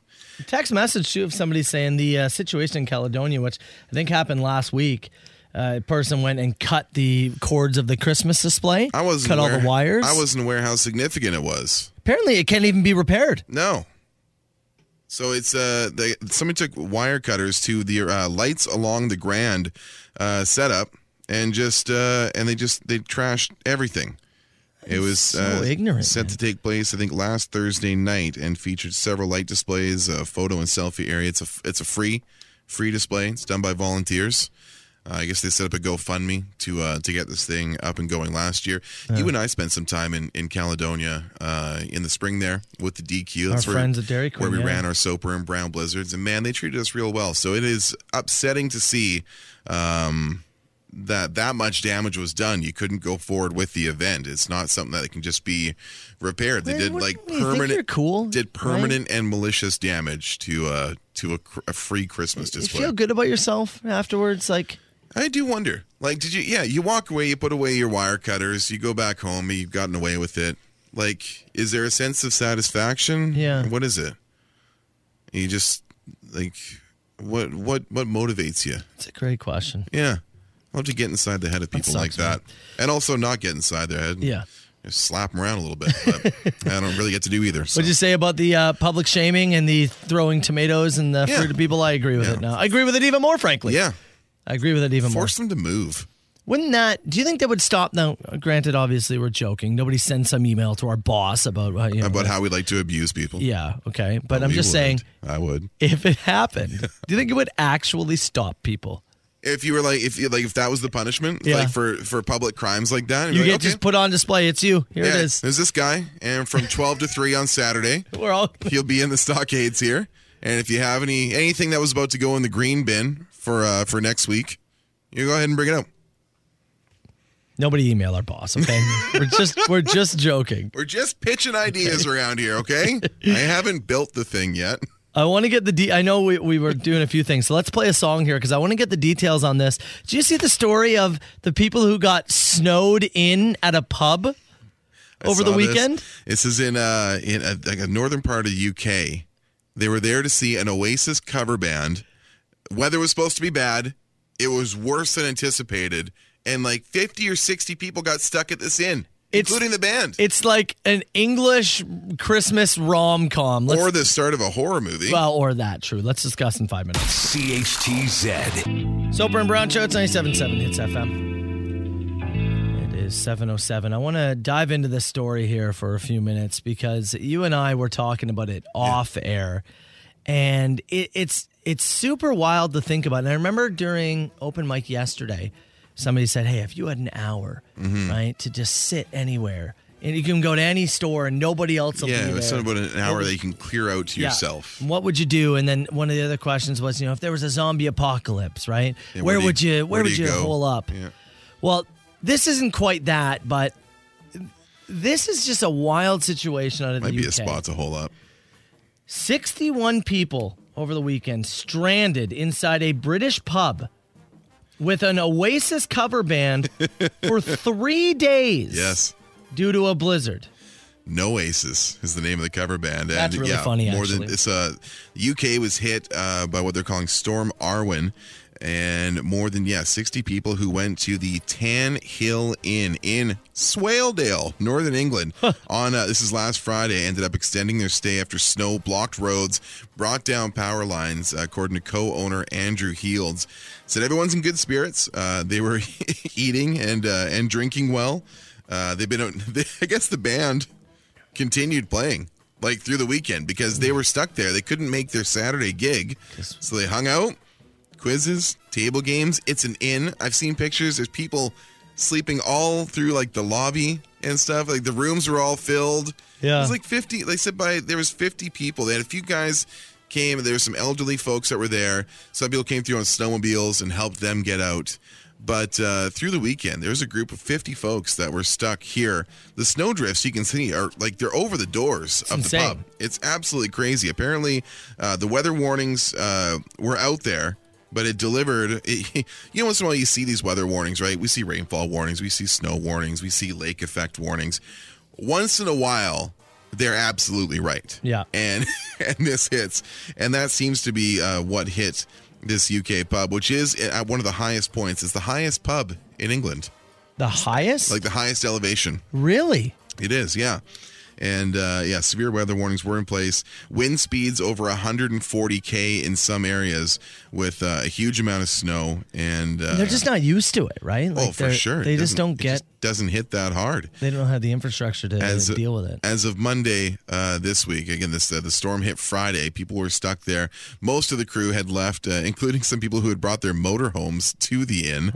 Text message too of somebody saying the uh, situation in Caledonia, which I think happened last week. Uh, a person went and cut the cords of the Christmas display. I wasn't cut all aware- the wires. I wasn't aware how significant it was. Apparently, it can't even be repaired. No. So it's uh, they, somebody took wire cutters to the uh, lights along the Grand uh, setup, and just uh, and they just they trashed everything. It was uh, ignorant, set man. to take place, I think, last Thursday night, and featured several light displays, a photo and selfie area. It's a it's a free free display. It's done by volunteers. Uh, I guess they set up a GoFundMe to uh, to get this thing up and going last year. you and I spent some time in in Caledonia uh, in the spring there with the DQ. Our friends at Dairy Queen, where we yeah. ran our Soper and Brown Blizzards, and man, they treated us real well. So it is upsetting to see. Um, that that much damage was done you couldn't go forward with the event it's not something that can just be repaired they Man, did what- like what do you think you're permanent cool, did right? permanent and malicious damage to uh to a, cr- a free christmas You display feel good about yourself afterwards, like i do wonder like did you yeah you walk away you put away your wire cutters you go back home you've gotten away with it like is there a sense of satisfaction Yeah. what is it you just like what what what motivates you it's a great question. yeah. I'll have to get inside the head of people like sucks, that. man. And also not get inside their head. Yeah. Just slap them around a little bit. But I don't really get to do either. So. What'd you say about the uh, public shaming and the throwing tomatoes and the Yeah. fruit of people? I agree with Yeah. it now. I agree with it even more, frankly. yeah. I agree with it even more. Force them to move. Wouldn't that? Do you think that would stop? Now, granted, obviously we're joking. Nobody sends some email to our boss about uh, you know, About how we like to abuse people. Yeah, okay, but I'm We just would. saying, I would. *laughs* if it happened, do you think it would actually stop people? If you were like, if you, like, if that was the punishment, Yeah. like for for public crimes like that, and You you're get like, just okay, put on display. It's you. Here yeah, it is. There's this guy, and *laughs* from twelve to three on Saturday, We're all. *laughs* he'll be in the stockades here. And if you have any anything that was about to go in the green bin for uh for next week, you go ahead and bring it up. Nobody email our boss. Okay, we're just we're just joking. We're just pitching ideas around here, *laughs* okay? I haven't built the thing yet. I want to get the. De- I know we, we were doing a few things, so let's play a song here because I want to get the details on this. Did you see the story of the people who got snowed in at a pub I over the saw this. weekend? This, is in uh in a, like a northern part of the UK. They were there to see an Oasis cover band. Weather was supposed to be bad. It was worse than anticipated, and like fifty or sixty people got stuck at this inn, It's- including the band, It's like an English Christmas rom com. or the start of a horror movie. well, or that true. Let's discuss in five minutes. CHTZ. Soper and Brown Show, it's 97.7 Hits FM. It is 7.07. I want to dive into this story here for a few minutes because you and I were talking about it off air. And it, it's it's super wild to think about. And I remember during open mic yesterday, somebody said, hey, if you had an hour, right, to just sit anywhere, and you can go to any store and nobody else will yeah, be it there. was something about an hour that you can clear out to Yeah. yourself. What would you do? And then one of the other questions was, you know, if there was a zombie apocalypse, right? Yeah, where, where do would you you- where, where do would you you go? hole up? Yeah. Well, this isn't quite that, but this is just a wild situation out of Might the be a UK. spot to hole up. 61 people over the weekend stranded inside a British pub with an Oasis *laughs* cover band for 3 days Yes. due to a blizzard. No Aces is the name of the cover band. That's and, really yeah, funny, More than actually. it's uh, UK was hit uh, by what they're calling Storm Arwen, and more than yeah, sixty people who went to the Tan Hill Inn in Swaledale, Northern England, on uh, this is last Friday. Ended up extending their stay after snow blocked roads, brought down power lines. Uh, according to co-owner Andrew Healds, said everyone's in good spirits. Uh, they were *laughs* eating and uh, and drinking well. Uh, they've been, *laughs* I guess, the band continued playing like through the weekend because they were stuck there. They couldn't make their Saturday gig, so they hung out, quizzes, table games. It's an inn. I've seen pictures. There's people sleeping all through like the lobby and stuff. Like the rooms were all filled. Yeah. it was like fifty. They said by there was fifty people. They had a few guys came. There were some elderly folks that were there. Some people came through on snowmobiles and helped them get out. But uh, through the weekend, there was a group of 50 folks that were stuck here. The snow drifts you can see are like they're over the doors of insane. the pub. It's absolutely crazy. Apparently, uh, the weather warnings uh, were out there, but it delivered. *laughs* It, you know, once in a while you see these weather warnings, right? We see rainfall warnings, we see snow warnings, we see lake effect warnings. Once in a while, they're absolutely right. Yeah. And *laughs* and this hits, and that seems to be uh, what hit this UK pub, which is at one of the highest points. It's the highest pub in England, The highest? like the highest elevation. really? It is, yeah. And uh, yeah, severe weather warnings were in place. Wind speeds over 140k in some areas with uh, a huge amount of snow. And uh, They're just not used to it, right? Oh, Like, for they're- sure. It They doesn't- just don't it get. just doesn't hit that hard. they don't have the infrastructure to As- deal with it. As of Monday uh, this week, again, this uh, the storm hit Friday. People were stuck there. Most of the crew had left, uh, including some people who had brought their motorhomes to the *laughs* inn.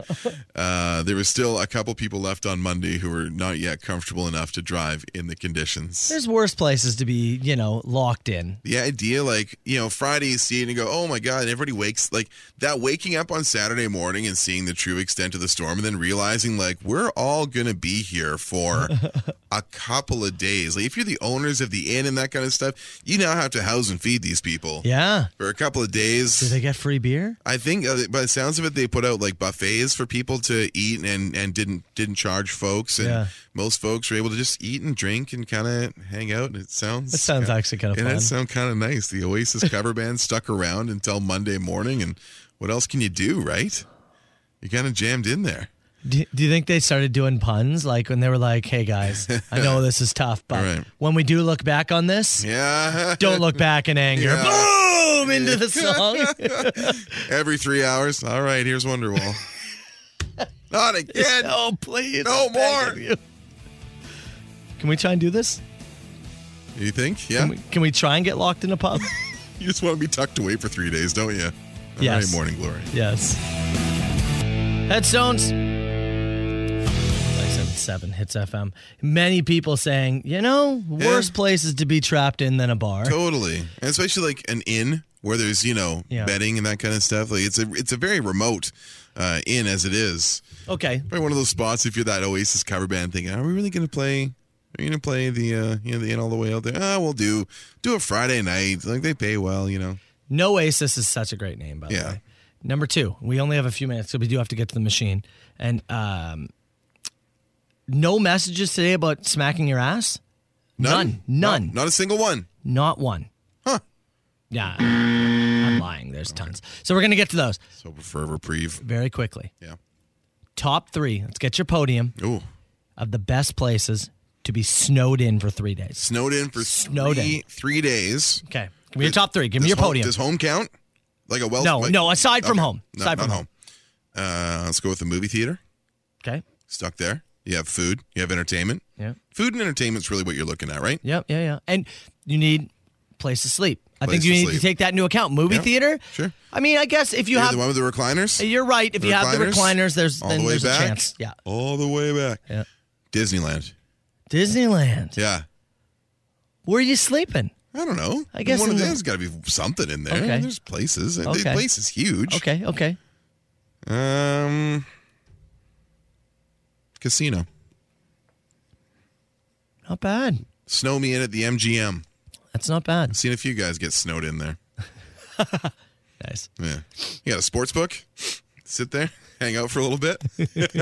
uh, there was still a couple people left on Monday who were not yet comfortable enough to drive in the conditions. There's worse places to be, you know, locked in. the idea, like, you know, Friday you see it and you go, oh my God, and everybody wakes, like, that waking up on Saturday morning and seeing the true extent of the storm and then realizing, like, we're all going to be here for a couple of days. Like, if you're the owners of the inn and that kind of stuff, you now have to house and feed these people Yeah. for a couple of Do days. they get free beer? I think uh, by the sounds of it, they put out like buffets for people to eat and, and didn't didn't charge folks, and Yeah. most folks were able to just eat and drink and kind of hang out. And it sounds That sounds actually kind of it fun. does sound kind of nice. The Oasis *laughs* cover band stuck around until Monday morning, and what else can you do, right? You're kind of jammed in there. do, do you think they started doing puns like when they were like, "Hey guys, *laughs* I know this is tough, but Right. when we do look back on this, Yeah. don't look back in anger." Yeah. Boom into the song. *laughs* *laughs* Every three hours. All right, here's Wonderwall. Not again. oh please, No I'm begging more. you. Can we try and do this? You think? Yeah. Can we, can we try and get locked in a pub? you just want to be tucked away for three days, don't you? All Yes. right, Morning Glory. yes. Headstones. 977 hits FM. Many people saying, you know, worse Yeah. places to be trapped in than a bar. *laughs* Totally, and especially like an inn where there's you know Yeah. bedding and that kind of stuff. Like it's a it's a very remote uh, inn as it is. Okay. Probably one of those spots if you're that Oasis cover band thinking, are we really gonna play? Are you gonna play the uh, you know the end all the way out there? Ah, we'll do do a Friday night. Like they pay well, you know. No Oasis is such a great name, by the Yeah. way. Number two, we only have a few minutes, so we do have to get to the machine. And um, no messages today about smacking your ass? None. None. Not, not a single one. Not one. Huh. Yeah. I'm lying. There's tons. So we're going to get to those So for a reprieve. very quickly. Yeah. Top three. Let's get your podium Ooh. of the best places to be snowed in for three days. Snowed in for Snowed three, in. three days. Okay. Give me your This- top three. Give me does your home- podium. Does home count? Like a well? No, like- no, aside from home. No, Aside not from home. Uh, let's go with the movie theater. okay. Stuck there. You have food. You have entertainment. Yeah. Food and entertainment's really what you're looking at, right? Yep, yeah, yeah. And you need place to sleep. I Place think you to need to sleep. take that into account. Movie Yeah, theater. sure. I mean, I guess if you You're have, the one with the recliners. you're right. If The you have the recliners? recliners, there's All then the way there's back. a chance. Yeah. All the way back. Yeah. Disneyland. Disneyland. Yeah. Where are you sleeping? I don't know. I guess one of in the- there's got to be something in there. Okay. There's places. The Okay. place is huge. Okay, okay. Um, casino. Not bad. Snow me in at the MGM. That's not bad. Seen a few guys get snowed in there. Nice. Yeah. You got a sports book? Sit there, *laughs* hang out for a little bit. *laughs*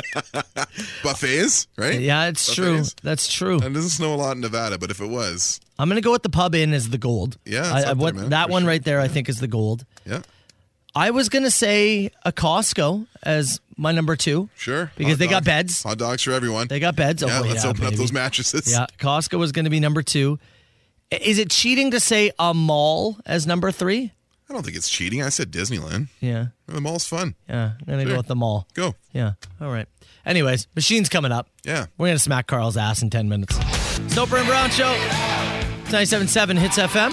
Buffets, right? Yeah, it's true. Buffets. That's true. And it doesn't snow a lot in Nevada, but if it was, I'm gonna go with the pub inn as the gold. Yeah, it's I, up I- what- there, man, that for one sure. right there, I think, is the gold. yeah, I was gonna say a Costco as my number two. sure. Because Hot they got dog- beds. Hot dogs for everyone. They got beds. Oh, yeah, let's open up baby. those mattresses. Yeah, Costco was going to be number two. I- Is it cheating to say a mall as number three? I don't think it's cheating. I said Disneyland. Yeah, The mall's fun. yeah. I'm going to Sure. go with the mall. Go. Yeah, all right. Anyways, machine's coming up. Yeah. We're going to smack Carl's ass in 10 minutes. Soper and Brown Show. It's 97.7 Hits FM.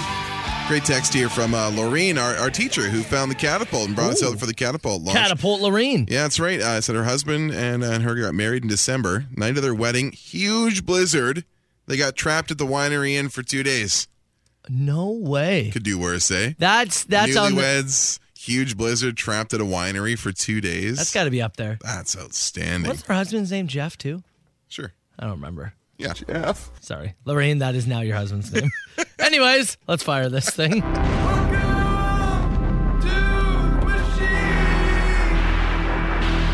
Great text here from uh, Laureen, our, our teacher who found the catapult and brought us out for the catapult launch. Catapult Lorene. Yeah, that's right. Uh, said her husband and, uh, and her got married in December. Night of their wedding, huge blizzard. They got trapped at the winery inn for two days. No way. Could do worse, eh? That's that's on. The, Newlyweds, huge blizzard, trapped at a winery for two days. that's got to be up there. That's outstanding. What's her husband's name? Jeff too. Sure. I don't remember. Yeah. Jeff. Sorry, Lorraine. That is now your *laughs* husband's name. Anyways, let's fire this thing.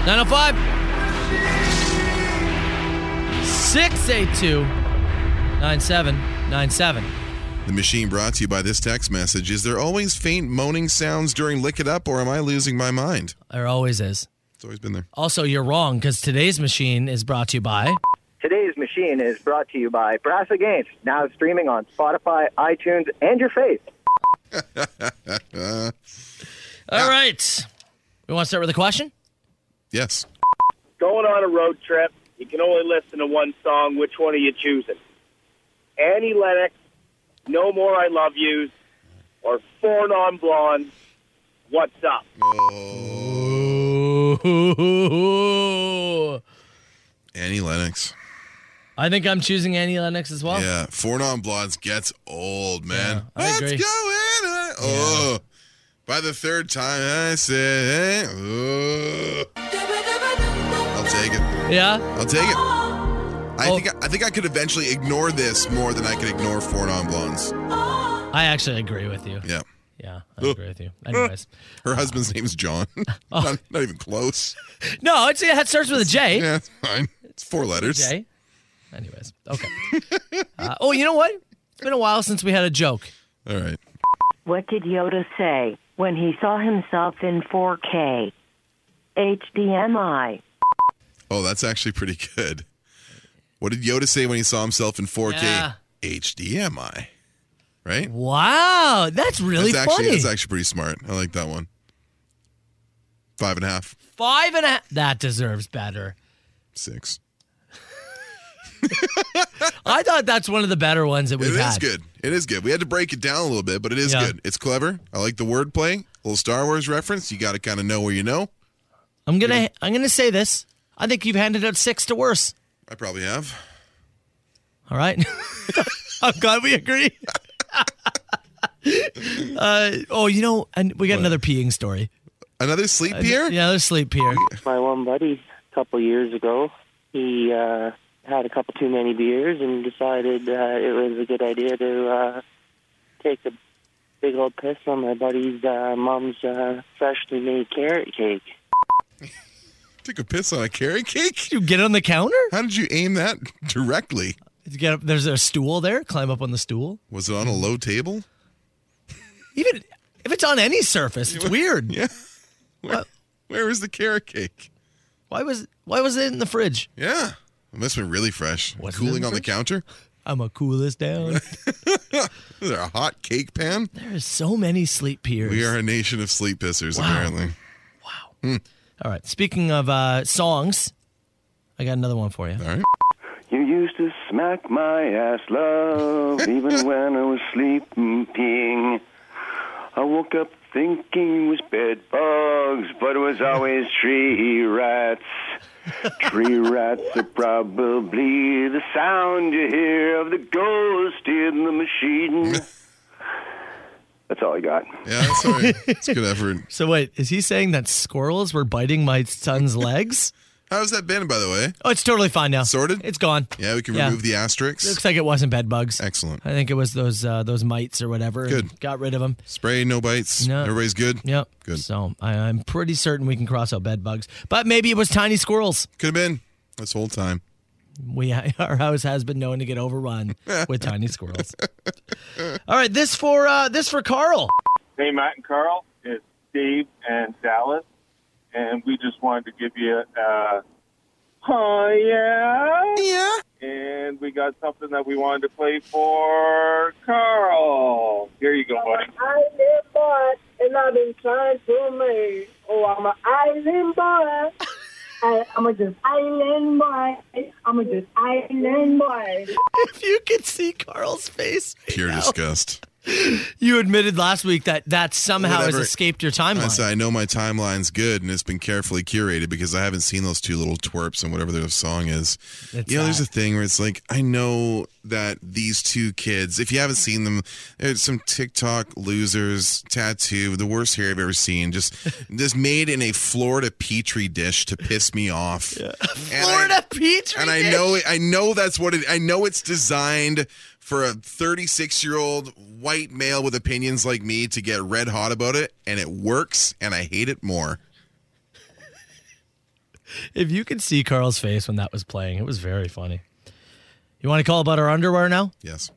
Nine oh five. Six eight two. Nine seven nine seven. The machine brought to you by this text message. Is there always faint moaning sounds during Lick It Up, or am I losing my mind? There always is. It's always been there. Also, you're wrong because today's machine is brought to you by Today's machine is brought to you by Brass Against, now streaming on Spotify, iTunes, and your face. All right. We want to start with a question? Yes. Going on a road trip, you can only listen to one song. Which one are you choosing? Annie Lennox, No More I Love Yous, or Four Non Blonde, What's Up? Ooh. Annie Lennox. I think I'm choosing Annie Lennox as well. Yeah. Four non blondes gets old, man. Yeah, I What's agree. going on? Oh. By the third time, I said, eh, oh. I'll take it. Yeah? I'll take it. I Oh. think I, think I could eventually ignore this more than I could ignore four non blondes. I actually agree with you. Yeah. Yeah, I agree with you. Anyways. Her husband's name's John. *laughs* Oh. not, not even close. No, it's, it starts with a J. Yeah, it's fine. It's four letters. J. Anyways, okay. uh, oh, you know what? It's been a while since we had a joke. All right. What did Yoda say when he saw himself in 4K? HDMI. Oh, that's actually pretty good. What did Yoda say when he saw himself in 4K? Yeah. HDMI. Right? Wow, that's really that's actually funny. that's actually pretty smart. I like that one. Five and a half, Five and a half. That deserves better. six. I thought that's one of the better ones that It we've is had. good. It is good. We had to break it down a little bit, but it is Yeah. good. It's clever. I like the wordplay. Little Star Wars reference. You got to kind of know where you know. I'm gonna I'm gonna say this. I think you've handed out six to worse. I probably have. All right. *laughs* I'm glad *laughs* we agree. uh, oh, you know, and we got another peeing story. Another sleep here. Yeah, there's sleep here. Oh, My one buddy, a couple years ago, he uh, had a couple too many beers and decided uh, it was a good idea to uh, take a big old piss on my buddy's uh, mom's uh, freshly made carrot cake. Took a piss on a carrot cake. You get on the counter? How did you aim that *laughs* directly? You get up, there's a stool there. Climb up on the stool. Was it on a low table? Even if it's on any surface, it's *laughs* weird. Yeah. Where, where was the carrot cake? Why was why was it in the fridge? Yeah. It must have been really fresh. Was it in Cooling the on the fridge? counter. I'm a cool *laughs* this down. Is there a hot cake pan? There's so many sleep peers. We are a nation of sleep pissers, apparently. All right. Speaking of uh, songs, I got another one for you. All right. You used to smack my ass, love, even when I was sleeping. I woke up thinking it was bed bugs, but it was always tree rats. Tree rats are probably the sound you hear of the ghost in the machine. That's all I got. Yeah, that's all right. It's a good effort. So wait, is he saying that squirrels were biting my *laughs* son's legs? How's that been, by the way? Oh, it's totally fine now. Sorted? It's gone. Yeah, we can Yeah. remove the asterisks. Looks like it wasn't bed bugs. Excellent. I think it was those uh, those mites or whatever. and Good. Got rid of them. Spray, no bites. No. Everybody's good. Yep. Good. So I, I'm pretty certain we can cross out bed bugs, but maybe it was tiny squirrels. Could have been this whole time. We *laughs* our house has been known to *laughs* get overrun with tiny squirrels. All right, this for uh, this for Carl. Hey, Matt and Carl, it's Dave and Dallas, and we just wanted to give you uh, a, oh yeah, yeah, and we got something that we wanted to play for Carl. Here you go, buddy. Island boy, and I've been trying to make. Oh, I'm an island boy. I, I'm a just island boy. I'm a just island boy. If you could see Carl's face, *laughs* Pure disgust. you admitted last week that that somehow Whatever. has escaped your I timeline. said, I know my timeline's good and it's been carefully curated because I haven't seen those two little twerps and whatever their song is. It's you know, there's a that. thing where it's like, I know that these two kids, if you haven't seen them, there's some TikTok losers, tattoo, the worst hair I've ever seen, *laughs* just this made in a Florida petri dish to piss me off. And I- Florida Petri. and I dish. know it, I know that's what it I know it's designed for a 36 year old white male with opinions like me to get red hot about it and it works and I hate it more. if you could see Carl's face when that was playing, it was very funny. You want to call about our underwear now? Yes.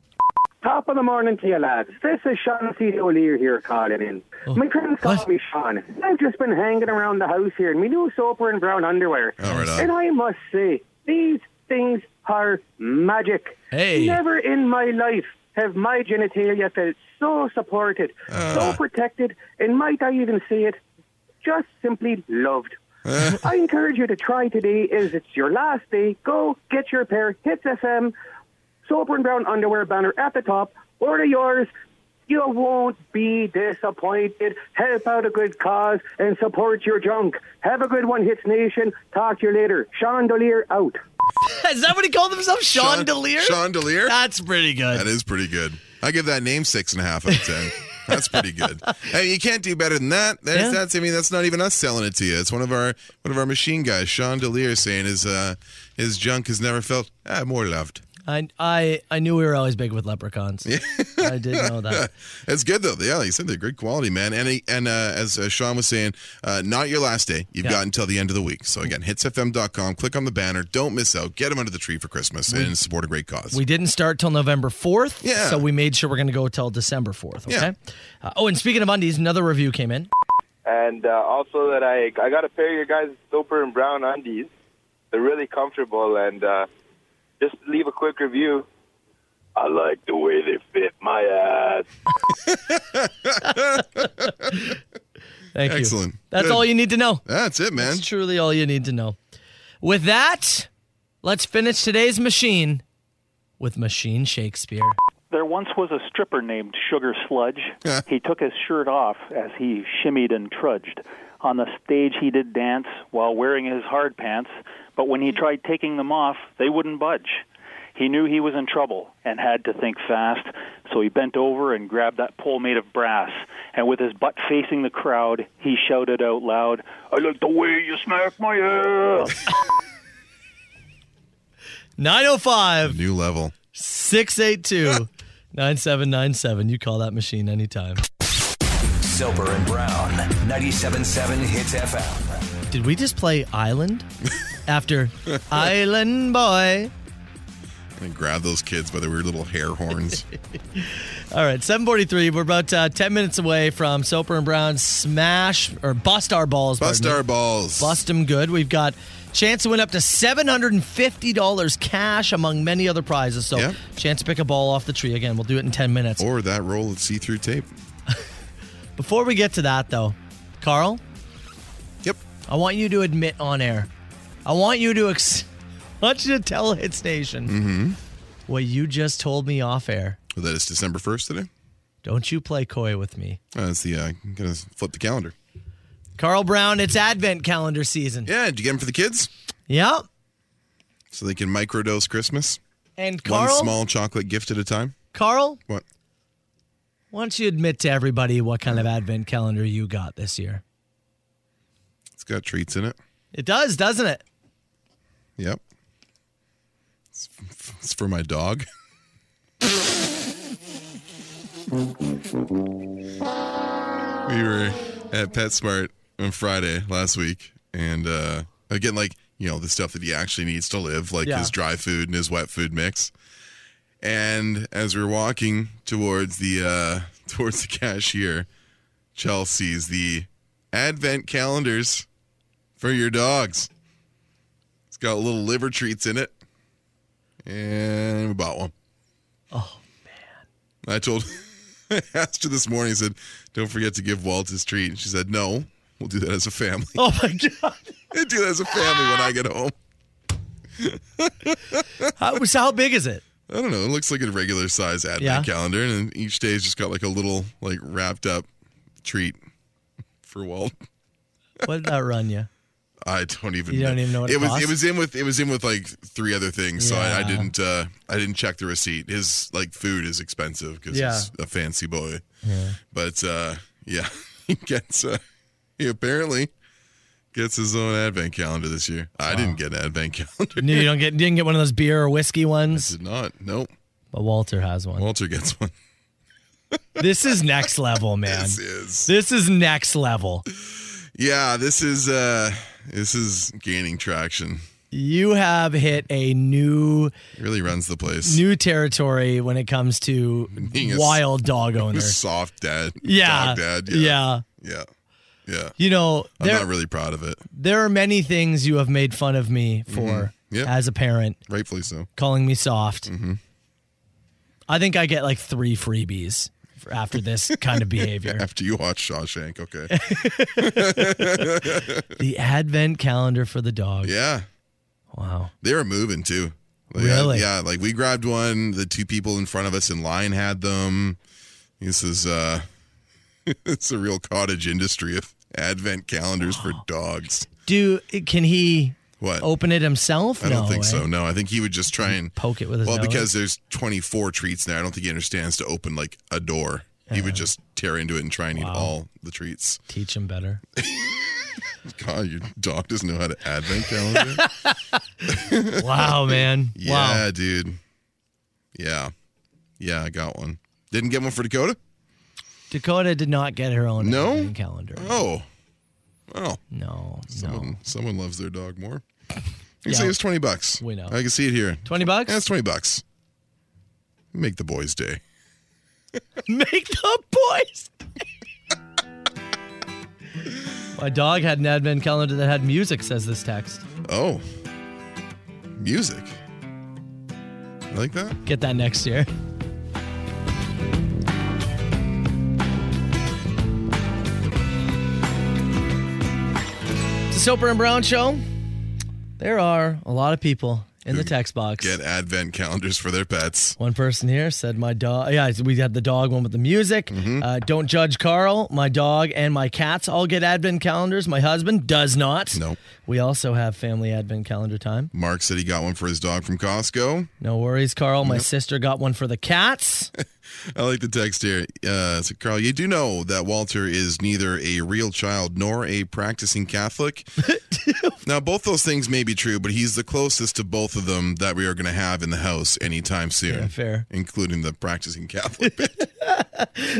Top of the morning to you, lads. This is Sean C. O'Leary here calling in. My friend what? called me Sean. I've just been hanging Oh, uh. around the house here in my new soap and brown underwear. All right. And On. I must say, these things her magic. Hey. Never in my life have my genitalia felt so supported, so protected, and might I even say it, just simply loved. I encourage you to try today, as it's your last day. Go get your pair, Hits FM, soap and brown underwear banner at the top. Order yours. You won't be disappointed. Help out a good cause and support your junk. Have a good one, Hits Nation. Talk to you later. Chandelier out. Is that what he called himself? Chandelier? Chandelier? That's pretty good. That is pretty good. I give that name six and a half out of ten. That's pretty good. Hey, you can't do better than that. That's, Yeah. that's I mean, that's not even us selling it to you. It's one of our one of our machine guys, Sean Delier, saying his uh, his junk has never felt ah, more loved. I, I I knew we were always big with leprechauns. I did *laughs* know that. It's good though. Yeah, like you said they're good quality, man. And he, and uh, as uh, Sean was saying, uh, not your last day. You've Yeah. got until the end of the week. So again, hitsfm.com. Click on the banner. Don't miss out. Get them under the tree for Christmas and support a great cause. We didn't start till November 4th. Yeah. So we made sure we're going to go till December 4th. Okay. Yeah. Uh, oh, and speaking of undies, another review came in. and uh, also that I I got a pair of your guys' Soper and Brown undies. They're really comfortable, and uh, just leave a quick review. I like the way they fit my ass. Thank you. Excellent. That's Good. all you need to know. That's it, man. That's truly all you need to know. With that, let's finish today's machine with Machine Shakespeare. There once was a stripper named Sugar Sludge. he took his shirt off as he shimmied and trudged. On the stage, he did dance while wearing his hard pants, but when he tried taking them off, they wouldn't budge. He knew he was in trouble and had to think fast, so he bent over and grabbed that pole made of brass, and with his butt facing the crowd, he shouted out loud, I like the way you smack my ass! 905 New level. *laughs* 682 9797. You call that machine anytime. Soper and Brown, 97.7 Hits FM. Did we just play Island? After Island Boy. And grab those kids by their weird little hair *laughs* horns. All right, 743. We're about uh, 10 minutes away from Soper and Brown's smash or bust our balls. Bust pardon me. our balls. Bust them good. We've got chance to win up to $750 cash among many other prizes. So, Yep. chance to pick a ball off the tree again. We'll do it in 10 minutes. Or that roll of see-through tape. Before we get to that, though, Carl. Yep. I want you to admit on air. I want you to ex- *laughs* I want you to tell Hits Nation Mm-hmm. what you just told me off air. Well, that is December first today. Don't you play coy with me, Uh, that's the. Uh, I'm gonna flip the calendar. Carl Brown? It's Advent calendar season. Yeah. Did you get them for the kids Yep. so they can microdose Christmas? And One Carl, small chocolate gift at a time. Carl, What? why don't you admit to everybody what kind of Advent calendar you got this year? It's got treats in it. It does, *laughs* doesn't it? Yep. It's, f- it's for my dog. *laughs* we were at PetSmart on Friday last week, and uh, again, like you know, the stuff that he actually needs to live, like Yeah. his dry food and his wet food mix. And as we were walking towards the uh, *laughs* towards the cashier, Chelsea's the advent calendars for your dogs. It's got little liver treats in it. And we bought one. Oh, man. I told, *laughs* I asked her this morning, I said, don't forget to give Walt his treat. And she said, no, we'll do that as a family. Oh, my God. *laughs* we'll do that as a family when I get *laughs* home. how, so how big is it? I don't know. It looks like a regular size advent Yeah. calendar. And then each day's just got like a little, like wrapped up treat for Walt. What did that run you? I don't even. You don't even know what it was. costs? It was in with. It was in with like three other things. So I, I Yeah. didn't. uh I didn't check the receipt. His like food is expensive because Yeah. he's a fancy boy. Yeah. But uh yeah, *laughs* he gets. Uh, he apparently gets his own advent calendar this year. I didn't get an advent *laughs* calendar. No, you don't get you didn't get one of those beer or whiskey ones. Did not. Nope. But Walter has one. Walter gets one. *laughs* This is next level, man. This is. This is next level. Yeah. This is. uh This is gaining traction. You have hit a new Really runs the place. new territory when it comes to Being a wild dog He *laughs* owner. was soft dad. Yeah. Dog dad. yeah. Yeah. Yeah. You know, I'm there not really proud of it. there are many things you have made fun of me for. Mhm. as a parent. Rightfully so. Calling me soft. Mm-hmm. I think I get like three freebies for- *laughs* after this kind of behavior. After you watch Shawshank, okay. *laughs* the advent calendar for the dog. Yeah. Wow. They were moving too. Like, I- Really? yeah. Like we grabbed one. The two people in front of us in line had them. This is uh, *laughs* it's a real cottage industry of advent calendars *gasps* for dogs. Do can he What? open it himself? I don't Oh, No, think eh? so. No, I think he would just try and poke it with his well nose? because there's 24 treats there. I don't think he understands to open like a door. He would just tear into it and try and eat all the treats. Teach him *laughs* better. God, your dog doesn't know how to advent *laughs* calendar. wow, man. Yeah, Wow. dude. Yeah. Yeah, I got one. Didn't get one for Dakota? Dakota did not get her own No? advent calendar. Oh. Oh. No. Someone someone loves their dog more. I can Yeah. say it's twenty bucks. We know. I can see it here. 20 bucks? That's twenty bucks. Make the boys' day. Make the boys. My dog had an advent calendar that had music, says this text. Oh. Music. I like that. Get that next year. It's the Soper and Brown show. There are a lot of people in the text box. Get advent calendars for their pets. One person here said, "My dog." Yeah, we had the dog one with the music. Mm-hmm. Uh, don't judge Carl. My dog and my cats all get advent calendars. My husband does not. No. We also have family advent calendar time. Mark said he got one for his dog from Costco. No worries, Carl. My sister got one for the cats. I like the text here. Uh, so Carl, you do know that Walter is neither a real child nor a practicing *laughs* Catholic. now, both those things may be true, but he's the closest to both of them that we are going to have in the house anytime soon. Yeah, *laughs* fair. Including the practicing Catholic.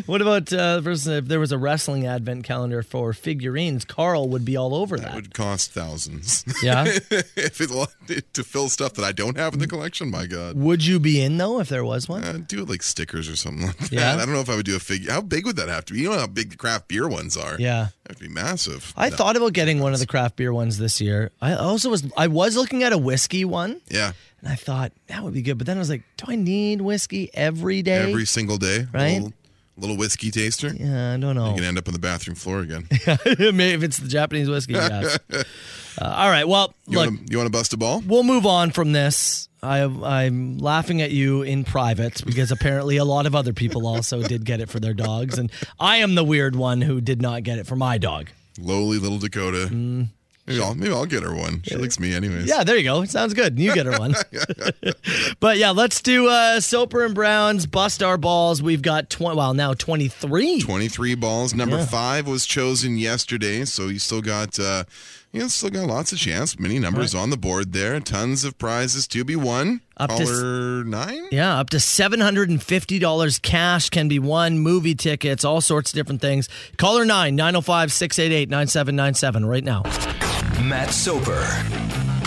what about uh, the person? If there was a wrestling advent calendar for figurines, Carl would be all over that. *laughs* It would cost thousands. *laughs* Yeah. if it wa- to fill stuff that I don't have in the collection, my God. Would you be in though if there was one? I'd do it like stickers or something like that. Yeah. I don't know if I would do a figure. How big would that have to be? You know how big the craft beer ones are. Yeah. That'd be massive. I No. thought about getting one of the craft beer ones this year. I also was I was looking at a whiskey one. Yeah. And I thought that would be good. But then I was like, do I need whiskey every day? Every single day, Right? Little, little whiskey taster. yeah, I don't You know. *laughs* can end up on the bathroom floor again. Maybe if it's the Japanese *laughs* whiskey. yes. Uh, all right. Well, You look, want to you want to bust a ball? we'll move on from this. I, I'm laughing at you in private because apparently a lot of other people also did get it for their dogs. And I am the weird one who did not get it for my dog. Lowly little Dakota. Maybe, I'll, maybe I'll get her one. She likes me anyways. Mm. Yeah, there you go. Sounds good. You get her *laughs* one. but yeah, let's do uh, Soper and Brown's Bust Our Balls. We've got, tw- well, now 23. 23 balls. Number Yeah. five was chosen yesterday, so you still got uh, you still got lots of chance. Many numbers on the board there. Tons of prizes to be won. Up to s- Caller nine. Yeah, up to $750 cash can be won, movie tickets, all sorts of different things. Caller 9 905 688 9797 right now. Matt Soper,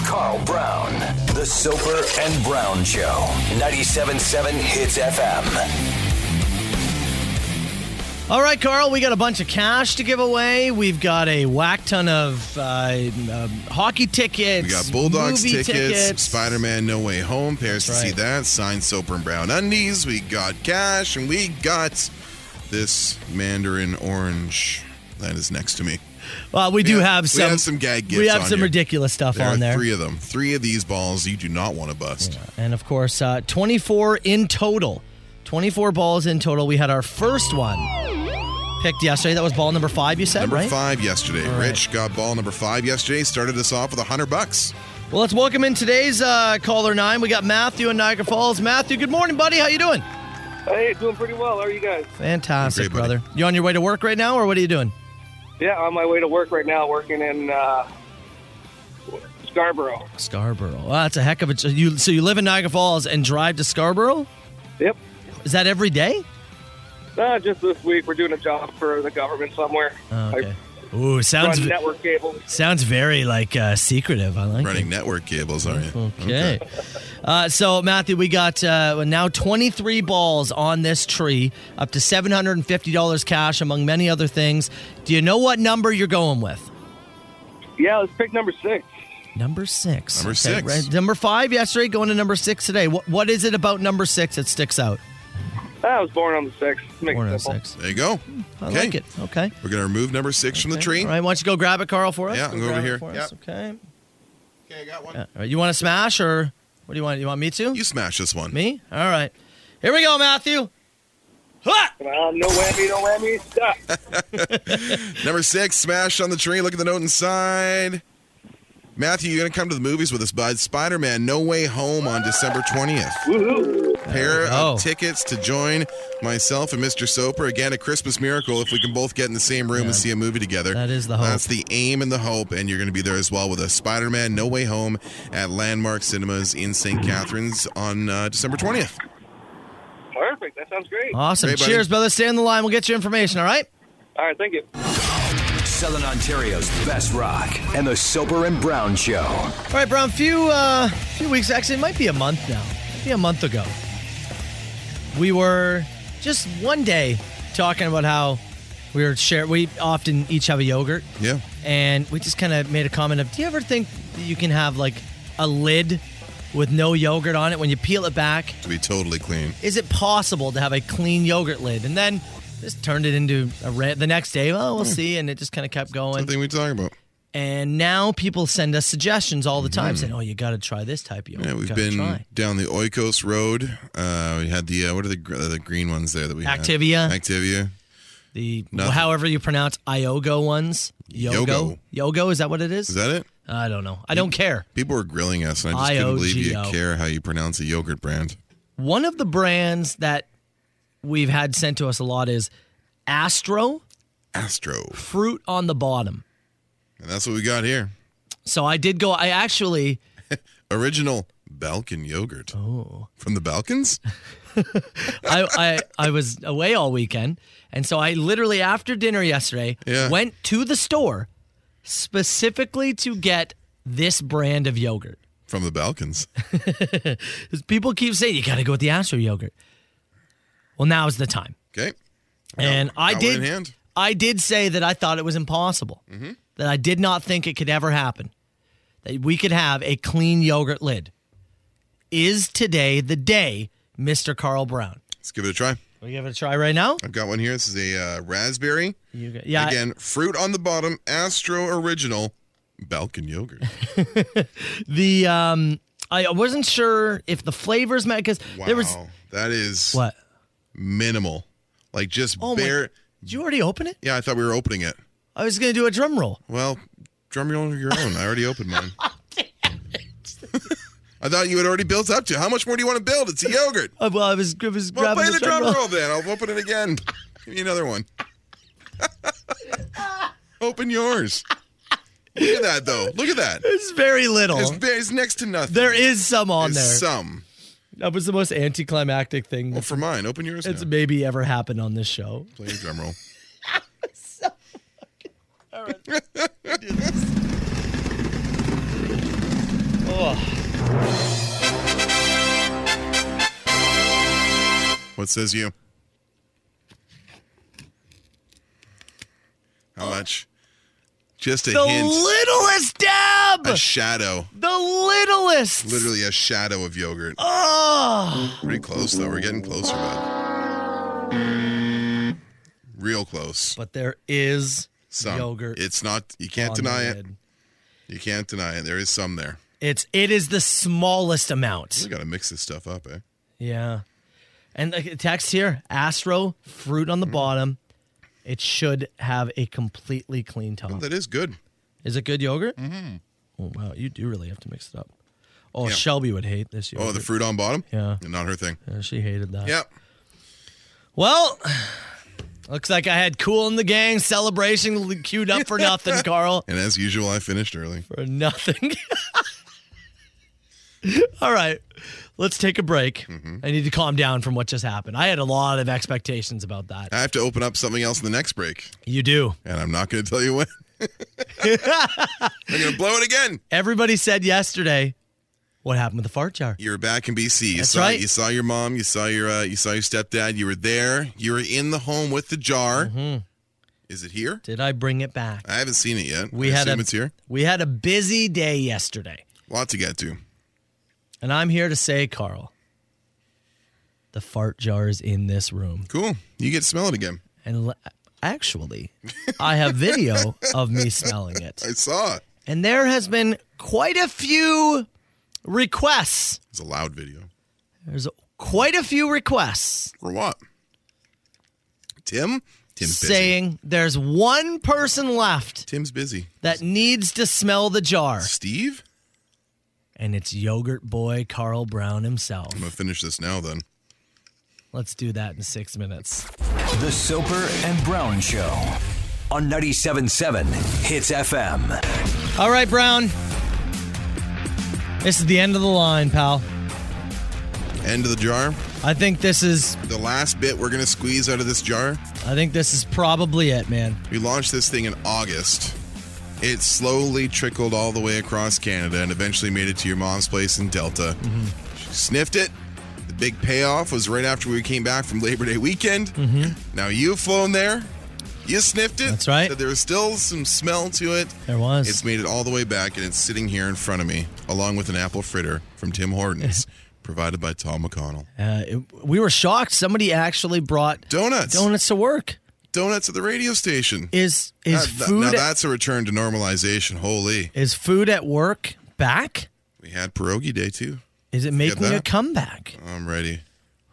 Carl Brown, The Soper and Brown Show, 97.7 Hits FM. All right, Carl, we got a bunch of cash to give away. We've got a whack ton of uh, um, hockey tickets. We got Bulldogs movie tickets, Spider Man No Way Home, pairs That's to see right. that, signed soap and brown undies. We got cash, and we got this Mandarin orange that is next to me. Well, we do Yeah, have some. We have some gag gifts. We have on some here. ridiculous stuff there on are there. Three of them. Three of these balls you do not want to bust. And of course, uh, 24 in total. 24 balls in total. We had our first one picked yesterday. That was ball number five, you said, Number right? five yesterday. All right. Rich got ball number five yesterday. Started us off with a hundred bucks. Well, let's welcome in today's uh, caller nine. We got Matthew in Niagara Falls. Matthew, good morning, buddy. How you doing? Hey, doing pretty well. How are you guys? Fantastic, brother. You on your way to work right now, or what are you doing? Yeah, on my way to work right now, working in uh, Scarborough. Scarborough. Wow, that's a heck of a. so You so you live in Niagara Falls and drive to Scarborough? Yep. Is that every day? Uh, just this week, we're doing a job for the government somewhere. Oh, I okay. Ooh, sounds run network cable. sounds very like uh, secretive. I like Running it. network cables, are you? Okay. Uh, so, Matthew, we got uh, now 23 balls on this tree, up to $750 cash, among many other things. Do you know what number you're going with? Yeah, let's pick number six. Number six. Number Okay, six. right. Number five yesterday, going to number six today. What, what is it about number six that sticks out? I was born on the 6th. Make Born on it the simple. 6th. There you go. I like it. Okay. We're going to remove number six from the Okay. tree. All right, why don't you go grab it, Carl, for us? Yeah, I'll go over grab it here. for Yeah. us, Okay. Okay, I got one. Yeah, all right, You want to smash or what do you want? You want me to? You smash this one. Me? All right. Here we go, Matthew. Ha! Uh, no whammy, no whammy. Stop. Number six, smash on the tree. Look at the note inside. Matthew, you're going to come to the movies with us, bud. Spider Man No Way Home on December 20th. Pair of tickets to join myself and Mr. Soper. Again, a Christmas miracle if we can both get in the same room and see a movie together. That is the hope. That's the aim and the hope, and you're going to be there as well with us. Spider Man No Way Home at Landmark Cinemas in St. Catharines on uh, December 20th. Perfect. That sounds great. Awesome. Great, buddy. Cheers, brother. Stay on the line. We'll get your information, all right? All right, thank you. Southern Ontario's best rock and the Soper and Brown Show. All right, Brown, few uh few weeks actually it might be a month now. Maybe a month ago. We were just one day talking about how we were share we often each have a yogurt. Yeah. And we just kind of made a comment of do you ever think that you can have like a lid with no yogurt on it when you peel it back? To be totally clean. Is it possible to have a clean yogurt lid? And then just turned it into a red the next day, oh, well, we'll Hmm. see and it just kind of kept going. Something we talk about. And now people send us suggestions all the time saying, oh, you got to try this type of yogurt. Mm-hmm. Yeah, we've gotta been Try. down the Oikos Road. Uh, we had the uh, what are the gr- the green ones there that we had? Activia. Activia. The Nothing. However you pronounce Iogo ones. Yogo. Yogo, is that what it is? Is that it? I don't know. I don't care. People were grilling us, and I just couldn't believe you IOGO. care how you pronounce a yogurt brand. One of the brands that we've had sent to us a lot is Astro Astro, Fruit on the Bottom. and that's what we got here. So I did go, I actually, Original Balkan yogurt. Oh, from the Balkans. I, I, I was away all weekend. And so I literally, after dinner yesterday, Yeah. went to the store specifically to get this brand of yogurt. From the Balkans. 'Cause people keep saying, you got to go with the Astro yogurt. Well, now is the time. Okay. And I got one in did. hand. Mm-hmm. I did say that I thought it was impossible. That I did not think it could ever happen. That we could have a clean yogurt lid. Is today the day, Mr. Carl Brown? Let's give it a try. We give it a try right now. I've got one here. This is a uh, raspberry. You got- yeah, I- Again, fruit on the bottom. Astro original Balkan yogurt. The um, I wasn't sure if the flavors met because Wow. *laughs* there was. that is What? minimal. Like just Oh my- bare. Did you already open it? Yeah, I thought we were opening it. I was gonna do a drum roll. Well, drum roll your own. I already opened mine. I thought you had already built up to. How much more do you want to build? It's a yogurt. Uh, well, I was, I was Well, grabbing play the drum roll. roll. then. I'll open it again. Give me another one. open yours. Look at that, though. Look at that. It's very little. It's, ba- it's next to nothing. there is some on There's there. Some. Oh, That was the most anticlimactic thing Well, for mine, open yours. that's Now. maybe ever happened on this show. Play your drum roll. What says you? How much? Just a The hint. littlest dab. a shadow. the littlest. Literally a shadow of yogurt. Oh. Pretty close though. We're getting closer, bud. Real close. But there is Some. yogurt. It's not. You can't on the deny it. lid. You can't deny it. There is some there. It's it is the smallest amount. We gotta mix this stuff up, eh? Yeah. And the text here, Astro fruit Mm-hmm. on the bottom. It should have a completely clean top. That is good. Is it good yogurt? Mm-hmm. Oh wow, you do really have to mix it up. Oh, Yeah. Shelby would hate this yogurt. Oh, the fruit on bottom. Yeah. Not her thing. Yeah, she hated that. Yep. Well, looks like I had cool in the gang celebration queued up *laughs* for nothing, Carl. And as usual, I finished early. For nothing. *laughs* All right, let's take a break. Mm-hmm. I need to calm down from what just happened. I had a lot of expectations about that. I have to open up something else in the next break, You do. and I'm not gonna *laughs* tell you when. I'm gonna blow it again. Everybody said yesterday, what happened with the fart jar? You were back in BC. You That's saw right. you saw your mom. Mm-hmm. You saw your uh, you saw your stepdad. You were there. You were in the home with the jar. Is it here? Did I bring it back? I haven't seen it yet. We I had assume a- it's here. We had a busy day yesterday. Lot to get to. And I'm here to say, Carl, the fart jar is in this room. Cool. You get to smell it again. And l- actually, I have video of me smelling it. I saw it. And there has been quite a few requests. It's a loud video. There's quite a few requests. For what? Tim? Tim's busy. saying there's one person left. Tim's busy. That needs to smell the jar. Steve? And it's yogurt boy Carl Brown himself. I'm going to finish this now then. Let's do that in six minutes. The Soper and Brown Show on 97.7 Hits FM. All right, Brown. This is the end of the line, pal. End of the jar. I think this is The last bit we're going to squeeze out of this jar. I think this is probably it, man. We launched this thing in August. It slowly trickled all the way across Canada and eventually made it to your mom's place in Delta. She sniffed it. The big payoff was right after we came back from Labor Day weekend. Now you've flown there. You sniffed it. Mm-hmm. That's right. There was still some smell to it. There was. It's made it all the way back, and it's sitting here in front of me, along with an apple fritter from Tim *laughs* Hortons, provided by Tom McConnell. Uh, it- we were shocked. Somebody actually brought donuts donuts to work. Donuts at the radio station. Is is That- that- food now at- that's a return to normalization. Holy. is food at work back? We had pierogi day too. Is it making a that? comeback? I'm ready.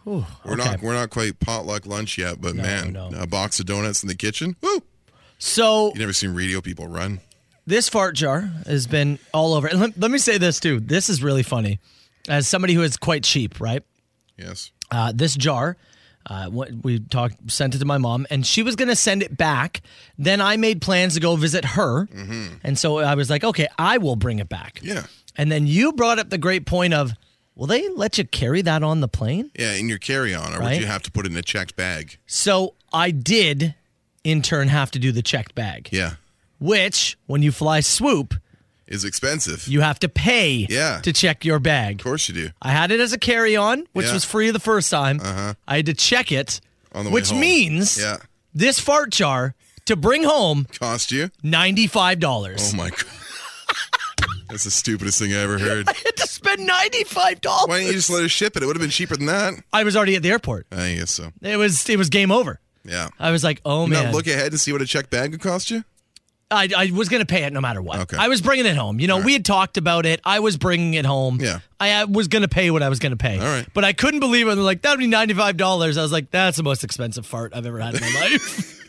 Whew, We're okay. not we're not quite potluck lunch yet, but man, a box of donuts in the kitchen. Woo! So you never seen radio people run. this fart jar has been all over. And let, let me say this too. This is really funny. As somebody who is quite cheap, right? Yes. Uh, this jar, uh, what we talked, sent it to my mom, and she was going to send it back. Then I made plans to go visit her, and so I was like, okay, I will bring it back. Mm-hmm. Yeah. And then you brought up the great point of, will they let you carry that on the plane? Yeah, in your carry on, or Right. would you have to put it in a checked bag? So I did, in turn, have to do the checked bag. Yeah. Which, when you fly swoop, is expensive. You have to pay Yeah. to check your bag. Of course you do. I had it as a carry on, which Yeah. was free the first time. Uh-huh. I had to check it, On the way which home. means Yeah. this fart jar to bring home cost you $95. *laughs* Oh my god. *laughs* That's the stupidest thing I ever heard. I had to spend $95. Why didn't you just let us ship it? It would have been cheaper than that. I was already at the airport. I guess so. It was it was game over. Yeah. I was like, oh You not man. look ahead and see what a checked bag would cost you? I, I was going to pay it no matter what. I was bringing it home. You know, we had talked about it. I was bringing it home. Yeah. I, I was going to pay what I was going to pay. All right. But I couldn't believe it. They're like, that would be $95. I was like, that's the most expensive fart I've ever had in *laughs* my life.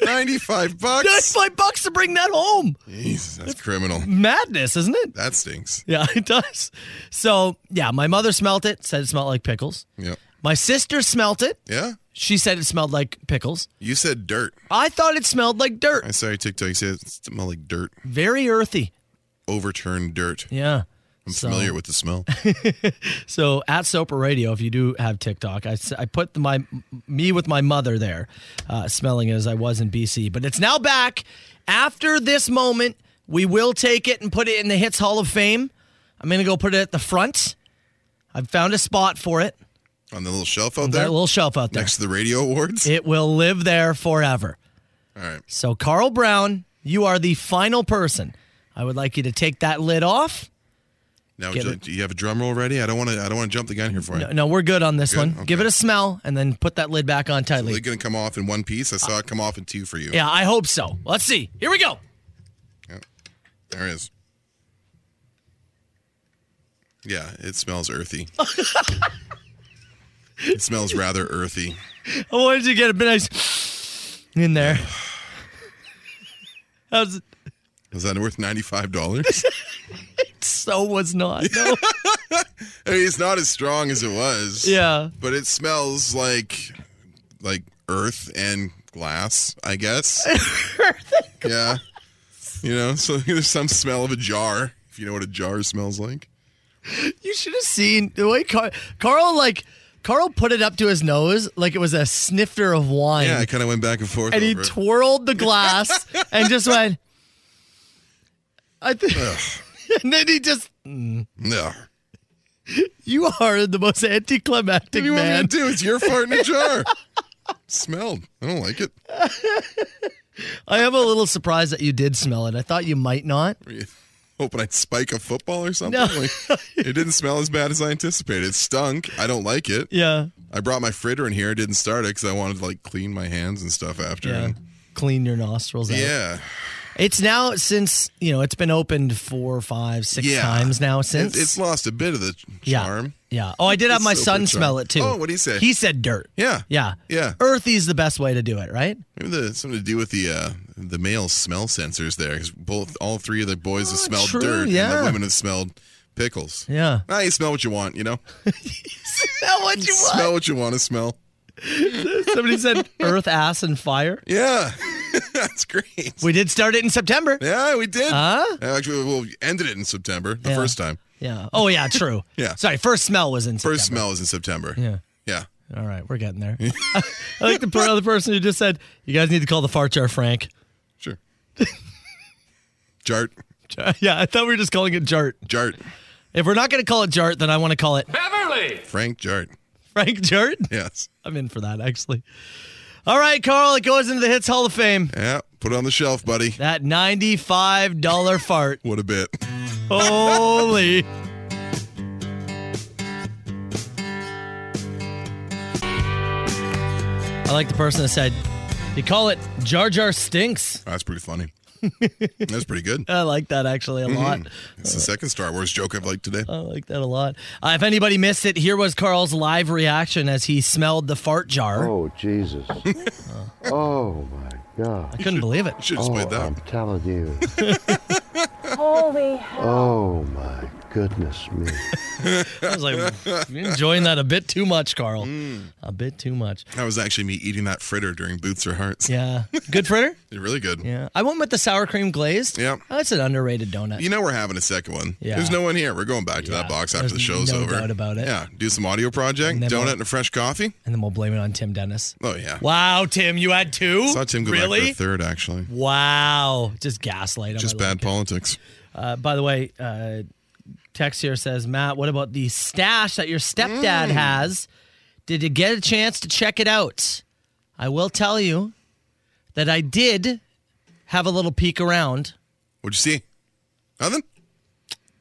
*laughs* 95 bucks? 95 bucks to bring that home. Jesus, that's criminal. Madness, isn't it? That stinks. Yeah, *laughs* it does. So, yeah, my mother smelt it, said it smelled like pickles. Yeah. My sister smelt it. Yeah. She said it smelled like pickles. You said dirt. I thought it smelled like dirt. I saw your TikTok. You said it smelled like dirt. Very earthy. Overturned dirt. Yeah. I'm So- familiar with the *laughs* smell. So at Soper Radio, if you do have TikTok, I, s- I put the, my me with my mother there, uh, smelling it as I was in BC. But it's now back. After this moment, we will take it and put it in the Hits Hall of Fame. I'm gonna go put it at the front. I've found a spot for it. On the little shelf out That there? little shelf out there Next to the radio awards? It will live there forever. All right. So Carl Brown, you are the final person. I would like you to take that lid off. Now, would Get you, it. do you have a drum roll ready? I don't want to. I don't want to jump the gun here for you. No, no, we're good on this Good? one. Okay. Give it a smell and then put that lid back on tightly. Is it going to come off in one piece? I Uh, saw it come off in two for you. Yeah, I hope so. Let's see. Here we go. There it is. Yeah, it smells *laughs* earthy. it smells rather earthy. I wanted to get a bit nice in *laughs* there. How's it? Was that worth ninety five dollars? *laughs* So was *laughs* not. No. I mean, it's not as strong as it was. Yeah. but it smells like like earth and glass. I *laughs* guess. yeah, you know, so *laughs* there's some smell of a jar. If you know what a jar smells like. you should have seen the way Car- Carl like Carl put it up to his nose like it was a snifter of wine. Yeah, I kind of went back and forth. and he over it. twirled *laughs* the glass and just went. I think, *laughs* and then he just. mm. No. You are the most anticlimactic What do you want me man. to do? It's your fart in a jar. Smelled. I don't like it. I am a little surprised that you did smell it. I thought you might not. Were you hoping I'd spike a football or something? Like, it didn't smell as bad as I anticipated. It stunk. I don't like it. *laughs* Yeah. I brought my fritter in here. I didn't start it because I wanted to like clean my hands and stuff after. Yeah. and- Clean your nostrils out. Yeah. It's now since, you know, it's been opened four, five, six Yeah. times now It- since. it's lost a bit of the Yeah. charm. Yeah. Oh, I did have It's my so son good, Sean. smell it too. Oh, what'd he say? He said dirt. Yeah. Yeah. Yeah. Earthy is the best way to do it, right? Maybe the, something to do with the uh, the male smell sensors there, 'cause both all three of the boys have smelled Oh, true, dirt, and yeah. the women have smelled pickles. Yeah. Ah, you smell what you want, you know. smell what you want. Smell what you want to smell. Somebody said earth, ass, and fire. Yeah. *laughs* That's great. We did start it in September. Yeah, we did. Huh? Actually, well, we ended it in September the Yeah. first time. Yeah. Oh, yeah, true. *laughs* Yeah. Sorry, first smell was in September. First smell was in September. Yeah. Yeah. All right, we're *laughs* getting there. *laughs* I like the other person who just said, you guys need to call the fart jar Frank. *laughs* Sure. *laughs* Jart. Yeah, I thought we were just calling it Jart. Jart. If we're not going to call it Jart, then I want to call it *laughs* Beverly! Frank Jart. Frank Jart. Yes. I'm in for that, actually. All right, Carl, it goes into the Hits Hall of Fame. Yeah. Put it on the shelf, buddy. That $95 fart. What a bit. Holy. I like the person that said, you call it Jar Jar Stinks. That's pretty *laughs* funny. That's pretty good. I like that actually a lot. Mhm. It's the second Star Wars joke I've liked today. I like that a lot. Uh, if anybody missed it, here was Carl's live reaction as he smelled the fart jar. Oh *laughs* Jesus! oh my God! I couldn't believe it. Should oh, um, I'm telling you. Holy oh my goodness me! I was like, you're enjoying that a bit too much, Carl. Mm. A bit too much. That was actually me eating that fritter during Boots or Hearts. Yeah. Good fritter? They're really good. *laughs* Yeah. I went with the sour cream glaze. Yeah. That's an underrated donut. You know we're having a second one. Yeah. There's no one here. We're going back to that box after the There's show's no over. doubt about it. Yeah. Do some audio project, And then donut we'll- and a fresh coffee. And then we'll blame it on Tim Dennis. Oh yeah. Wow, Tim, you had two? Saw Tim go really? back for a third actually. Wow. Just gaslight him. Just I bad like it. politics. Uh, by the way, uh, text here says, Matt, what about the stash that your Mm. stepdad has? Did you get a chance to check it out? I will tell you that I did have a little peek around. What'd you see? Nothing?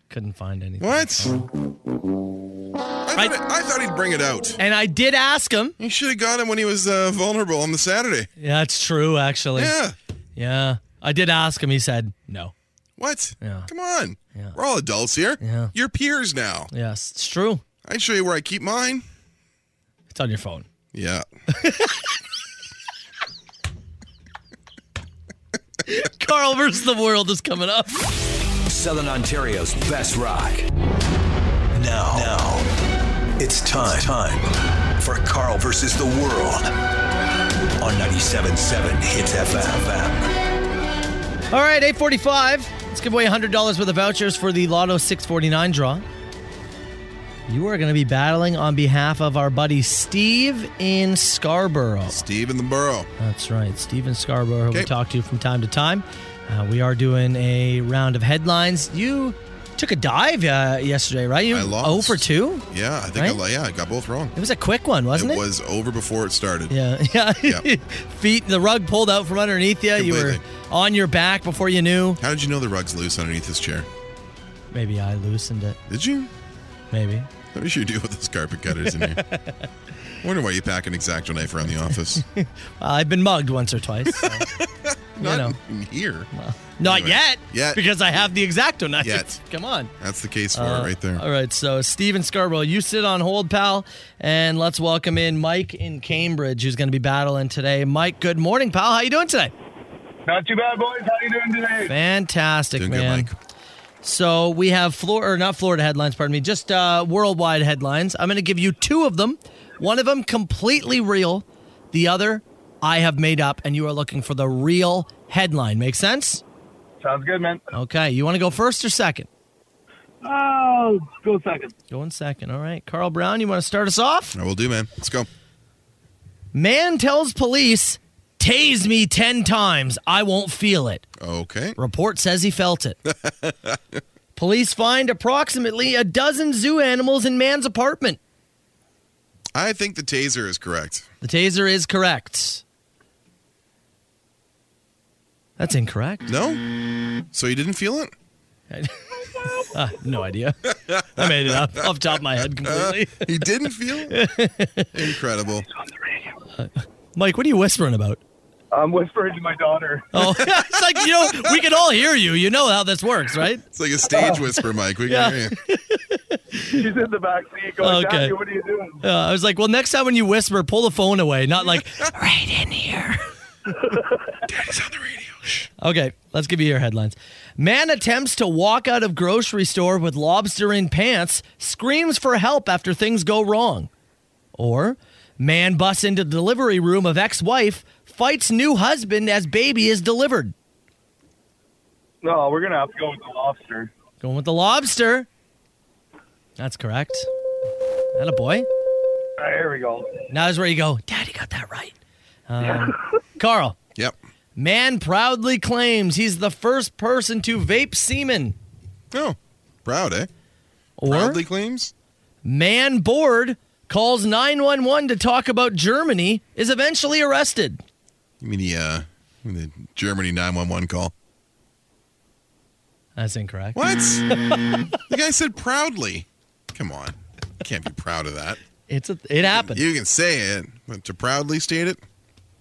Couldn't find anything. What? I thought, I thought he'd bring it out. And I did ask him. You should have got him when he was uh, vulnerable on the Saturday. Yeah, that's true, actually. Yeah. Yeah. I did ask him. He said no. What? Yeah. Come on. We're all adults here. Yeah. You're peers now. Yes, it's true. I can show you where I keep mine. It's on your phone. *laughs* Yeah. Carl versus the world is coming up. Southern Ontario's best rock. Now, now, it's time, time for Carl versus the world on 97.7 Hits FM. All right, 845. Let's give away $100 worth of vouchers for the Lotto 649 draw. You are going to be battling on behalf of our buddy Steve in Scarborough. Steve in the borough. That's right. Steven Scarborough, who we Okay. talk to from time to time. Uh, we are doing a round of headlines. You took a dive uh, yesterday, right? You I lost. 0 for 2? Yeah, I think I Right? li- yeah, I got both wrong. It was a quick one, wasn't it? was over before it started. Yeah, yeah. *laughs* Feet, the rug pulled out from underneath you. You were Completely. on your back before you knew. How did you know the rug's loose underneath this chair? Maybe I loosened it. Did you? Maybe. What did you do with those carpet cutters in *laughs* here? I wonder why you pack an exacto knife around the *laughs* office. I've been mugged once or *laughs* twice. so, you Not know, in here. not anyway, yet. yet. Because I have the exacto knife. Yet. *laughs* Come on. That's the case for Uh, it right there. All right, so Steven Scarborough, you sit on hold, pal, and let's welcome in Mike in Cambridge, who's going to be battling today. Mike, good morning, pal. How you doing today? Not too bad, boys. How you doing today? Fantastic, Doing good, man. So we have Flor or not Florida headlines, pardon me, just uh, worldwide headlines. I'm going to give you two of them. One of them completely real, the other I have made up, and you are looking for the real headline. Make sense? Sounds good, man. Okay, you want to go first or second? Oh, go second. Going second. All right, Carl Brown, you want to start us off? I will do, man. Let's go. Man tells police, "Tase me ten times. I won't feel it." Okay. Report says he felt it. police find approximately a dozen zoo animals in man's apartment. I think the taser is correct. The taser is correct. That's incorrect. No? So you didn't feel it? Uh, no *laughs* idea. I made it up off the top of my head completely. he didn't feel it? Incredible. *laughs* Mike, what are you whispering about? I'm whispering to my daughter. Oh, *laughs* it's like, you know, we can all hear you. You know how this works, right? It's like a stage whisper, Mike. We Oh. Yeah. can hear you. She's in the back seat going, Okay. Daddy, what are you doing? Uh, I was like, well, next time when you whisper, pull the phone away, not like, *laughs* right in here. Okay, let's give you your headlines. Man attempts to walk out of grocery store with lobster in pants, screams for help after things go wrong. Or man busts into delivery room of ex-wife, fights new husband as baby is delivered. No, we're going to have to go with the lobster. Going with the lobster. That's correct. That a boy. All right, here we go. Now is where you go, Daddy got that right. Um, *laughs* Carl. Yep. Man proudly claims he's the first person to vape semen. Oh, proud, eh? Or Proudly claims? Man bored calls 911 to talk about Germany, is eventually arrested. You mean the, uh, the Germany 911 call? That's incorrect. *laughs* What? the guy said proudly. Come on. Can't be proud of that. It's a, it happened. You can say it, but to proudly state it,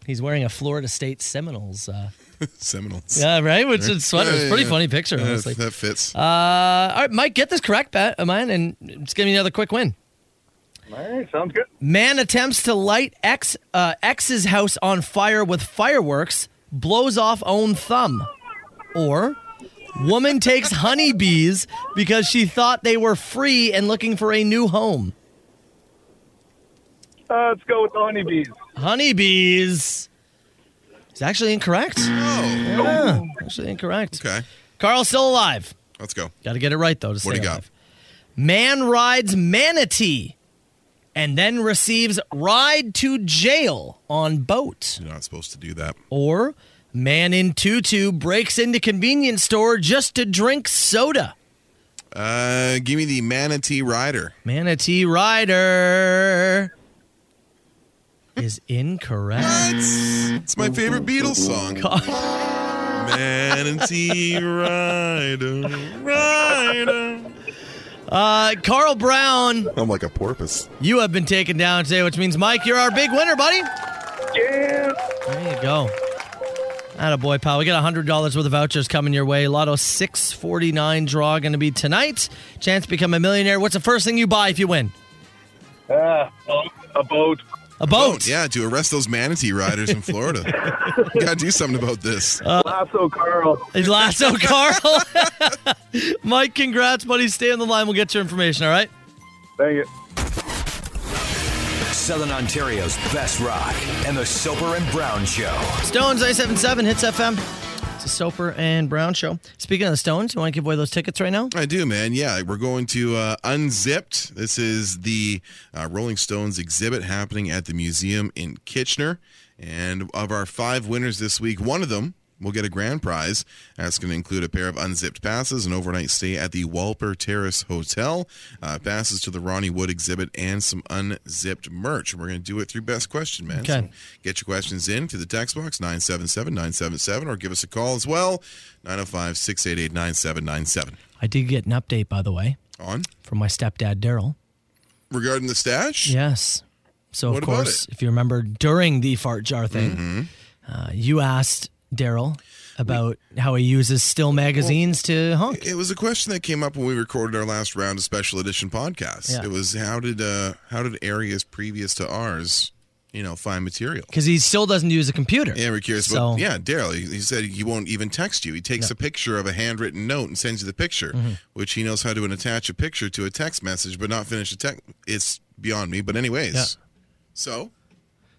He's wearing a Florida State Seminoles. Uh, Seminoles. yeah, right? Which is sweater. It's a pretty Yeah, yeah, funny yeah. picture, Yeah, honestly. That fits. Uh, all right, Mike, get this correct, Pat, of mine, and just give me another quick win. All right, sounds good. Man attempts to light ex uh, ex's house on fire with fireworks, blows off own thumb. Or woman takes honeybees because she thought they were free and looking for a new home. Uh, let's go with the honeybees. Honeybees. It's actually incorrect. Yeah, actually incorrect. Oh. Okay. Carl's still alive. Let's go. Got to get it right though. To What do you stay got? alive. Man rides manatee and then receives ride to jail on boat. You're not supposed to do that. Or man in tutu breaks into convenience store just to drink soda. Uh, give me the manatee rider. Manatee rider is incorrect. It's my favorite Beatles *laughs* song. manatee rider, rider. Uh, Carl Brown, I'm like a porpoise. you have been taken down today, which means Mike, you're our big winner, buddy. Yeah. There you go. Atta boy, pal. We got hundred dollars worth of vouchers coming your way. Lotto six forty nine draw going to be tonight. Chance to become a millionaire. What's the first thing you buy if you win? Uh, a boat. A boat. Oh, Yeah, to arrest those manatee riders in *laughs* Florida. Gotta do something about this. Lasso Carl. Is Lasso Carl. *laughs* Mike, congrats, buddy. Stay on the line. We'll get your information. All right. Thank you. Southern Ontario's best rock and the Soper and Brown Show. Stones I seven seven hits FM. It's a Soper and Brown show. Speaking of the Stones, you want to give away those tickets right now? I do, man. Yeah, we're going to uh, Unzipped. This is the uh, Rolling Stones exhibit happening at the museum in Kitchener. And of our five winners this week, one of them will get a grand prize. That's going to include a pair of unzipped passes, an overnight stay at the Walper Terrace Hotel, uh, passes to the Ronnie Wood exhibit, and some unzipped merch. And we're going to do it through Best Question, man. Okay. So Get your questions in through the text box 977 977 or give us a call as well 905 688 9797. I did get an update, by the way, On? from my stepdad Daryl. Regarding the stash? Yes. So of What about Mm-hmm. course, if you remember during the fart jar thing, uh, you asked Daryl about how he uses still magazines to honk. It was a question that came up when we recorded our last round of special edition podcasts. Yeah. It was how did uh how did areas previous to ours, you know, find material? Because he still doesn't use a computer. Yeah, we're curious. So- about, yeah, Daryl, he, he said he won't even text you. He takes Yeah. a picture of a handwritten note and sends you the picture, Mhm. which he knows how to attach a picture to a text message, but not finish a text. It's beyond me. But anyways, Yeah. so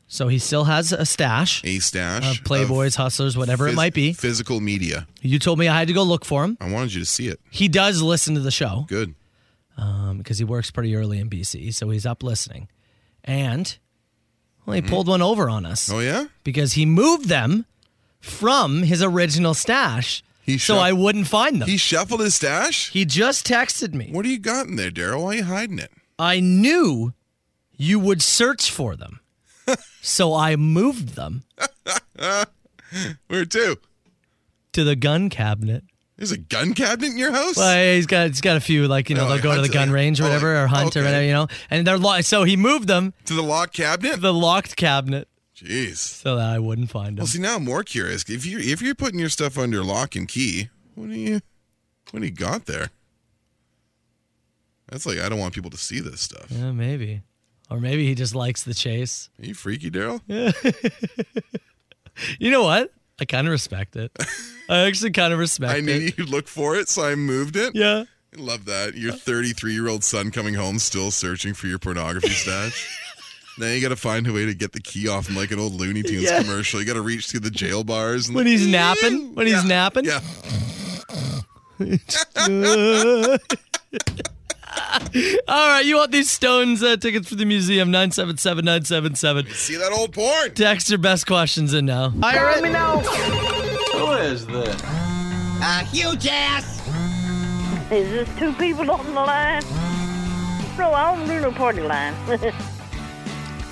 So he still has a stash a stash, of Uh, Playboys, Hustlers, whatever it phys- might be. physical media. You told me I had to go look for him. I wanted you to see it. He does listen to the show. Good. Because he works pretty early in BC, so he's up listening. And, well, he pulled one over on us. Mm-hmm. Oh yeah. Because he moved them from his original stash. so shuff- I wouldn't find them. He shuffled his stash? He just texted me. What do you got in there, Daryl? Why are you hiding it? I knew you would search *laughs* for them. so I moved them. Where to? to the gun cabinet. There's a gun cabinet in your house? Well, he's got he's got a few like you know Oh, they'll like go to the hunt- gun like- range or oh, like- whatever or hunt or okay. whatever you know, and they're locked. So he moved them to the locked cabinet, the locked cabinet, Jeez. so that I wouldn't find them. Well, see, now I'm more curious. If you if you're putting your stuff under lock and key, what do you what do you got there? That's like I don't want people to see this stuff. Yeah, maybe, or maybe he just likes the chase. Are you freaky, Daryl? Yeah. you know what? I kind of *laughs* respect it. I actually kind of respect I it. knew you'd look for it, so I moved it. Yeah. I love that. Your 33 year old son coming home still searching for your pornography *laughs* stash. now you got to find a way to get the key off him like an old Looney Tunes Yeah. commercial. You got to reach through the jail bars. And When like, he's napping, when he's *laughs* napping. Yeah. All right, you want these Stones uh, tickets for the museum? Nine seven seven nine seven seven. See that old porn? Text your best questions in now. Fire it. Who is this? A huge ass. Is this two people on the line? No, I don't do no party line.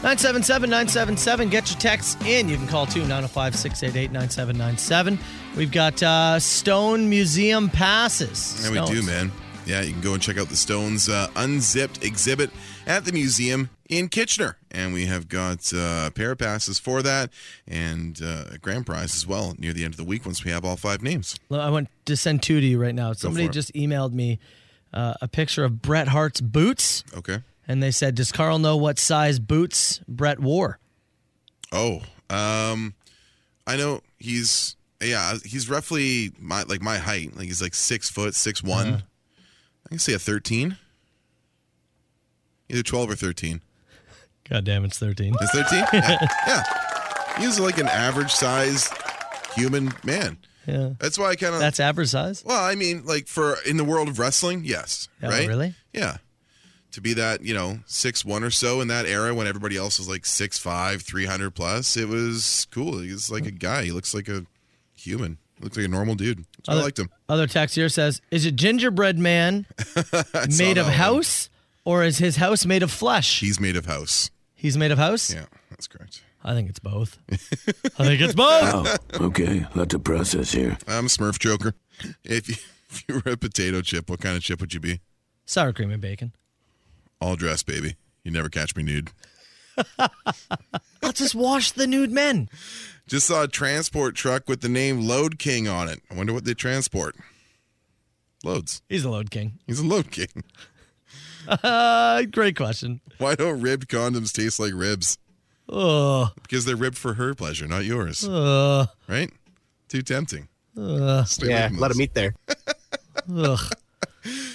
977 977. Get your texts in. You can call too 905 688 9797. We've got uh, Stone Museum passes. Yeah, we do, Stones. man. Yeah, you can go and check out the Stones uh, Unzipped exhibit at the museum in Kitchener. And we have got uh, a pair of passes for that and uh, a grand prize as well near the end of the week once we have all five names. Well, I want to send two to you right now. Somebody for it. just emailed me uh, a picture of Bret Hart's boots. Okay. And they said, Does Carl know what size boots Bret wore? Oh, um, I know he's, yeah, he's roughly my like my height. Like he's like six foot, six one. Uh. I can say a 13. Either 12 or 13. God damn, it's 13. It's 13? yeah. yeah. He's like an average sized human man. Yeah. That's why I kind of. That's average size? Well, I mean, like for in the world of wrestling, yes. Yeah, right? Oh, really? Yeah. To be that, you know, six one or so in that era when everybody else was like six five, three hundred plus, it was cool. He's Mm. like a guy. He looks like a human. Looks like a normal dude. That's why I Other- liked him. Other text here says, Is it gingerbread *laughs* man made that of one. house or is his house made of flesh? He's made of house. He's made of house? Yeah, that's correct. I think *laughs* it's both. I think it's *laughs* both. okay. Let the process here. I'm Smurf Joker. *laughs* If you, if you were a potato chip, what kind of chip would you be? Sour cream and bacon. All dressed, baby. You never catch me nude. I'll just wash the nude men. Just saw a transport truck with the name Load King on it. I wonder what they transport. Loads. He's a load king. He's a load king. Uh, great question. *laughs* Why don't ribbed condoms taste like ribs? Oh, Because they're ribbed for her pleasure, not yours. uh, Right? Too tempting. uh, Stay away Yeah, from let those. 'em eat there. Ugh.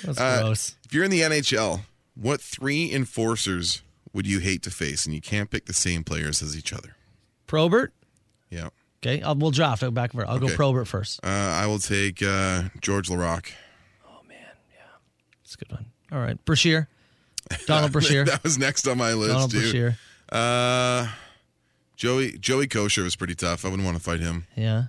That's Uh, gross. If you're in the NHL, what three enforcers would you hate to face? And you can't pick the same players as each other. Probert. Yeah. Okay, I'll, we'll draft. I'll go back. I'll Okay. go Probert first. Uh, I will take uh, George LaRock. It's a good one. All right, Brashear. Donald *laughs* Brashear. that was next on my list, Donald dude. Brashear. Uh, Joey Joey Kosher was pretty tough. I wouldn't want to fight him. Yeah.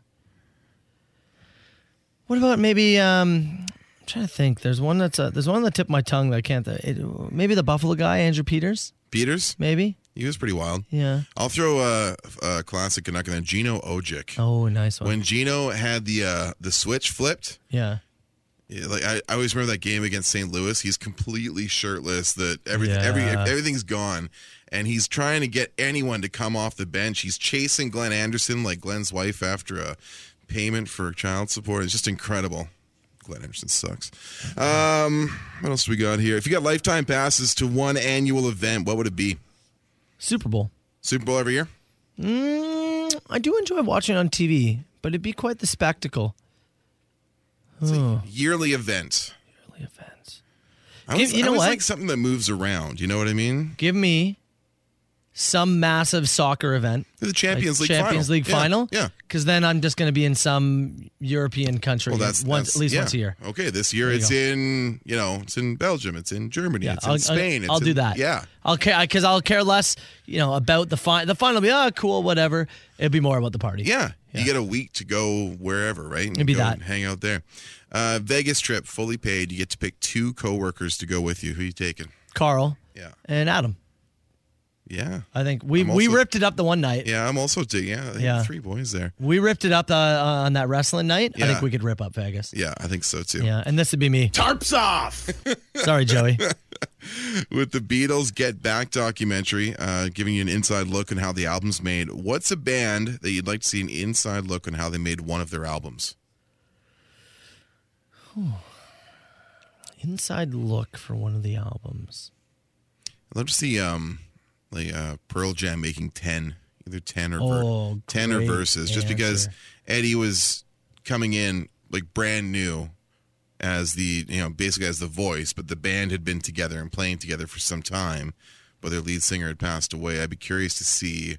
What about maybe? Um, I'm trying to think. There's one that's uh there's one on the tip of my tongue that I can't. Th- it, maybe the Buffalo guy, Andrew Peters. Peters, Maybe. he was pretty wild. Yeah. I'll throw a, a classic and I can Gino Ojic. Oh, nice one. When Gino had the uh, the switch flipped, yeah. yeah, like I, I always remember that game against St. Louis. He's completely shirtless. That everything every Yeah. everything's gone, and he's trying to get anyone to come off the bench. He's chasing Glenn Anderson like Glenn's wife after a payment for child support. It's just incredible. Glenn Anderson sucks. Um, what else we got here? If you got lifetime passes to one annual event, what would it be? Super Bowl. Super Bowl every year. Mm, I do enjoy watching it on TV, but it'd be quite the spectacle. Oh. yearly event. Yearly events. I Give- was, you know I was what? like something that moves around. You know what I mean? Give me some massive soccer event. The Champions League Champions final. League Yeah, final. yeah. Because then I'm just going to be in some European country Well, that's, once, that's- at least yeah. once a year. Okay, this year There you it's go. in you know it's in Belgium, it's in Germany, it's in I'll, Spain. I'll, it's I'll do in- that. Yeah, I'll care because I'll care less, you know, about the fine. The final will be oh cool, whatever. It'll be more about the party. yeah. You get a week to go wherever, right? And It'd be go that. and hang out there. Uh, Vegas trip, fully paid. You get to pick two coworkers to go with you. Who you taking? Carl. Yeah. And Adam. Yeah. I think we I'm we also- ripped it up the one night. Yeah, I'm also digging. Yeah, they Yeah. had three boys there. We ripped it up uh, on that wrestling night. I Yeah. think we could rip up Vegas. Yeah, I think so too. Yeah, and this would be me. Tarps off. *laughs* *laughs* Sorry, Joey. With the Beatles Get Back documentary, uh, giving you an inside look on how the album's made. What's a band that you'd like to see an inside look on how they made one of their albums? Inside look for one of the albums. I'd love to see um like uh Pearl Jam making ten, either ten or Oh, ver- ten or great verses, just because Eddie was coming in like brand new as the you know basically as the voice, but the band had been together and playing together for some time, but their lead singer had passed away. I'd be curious to see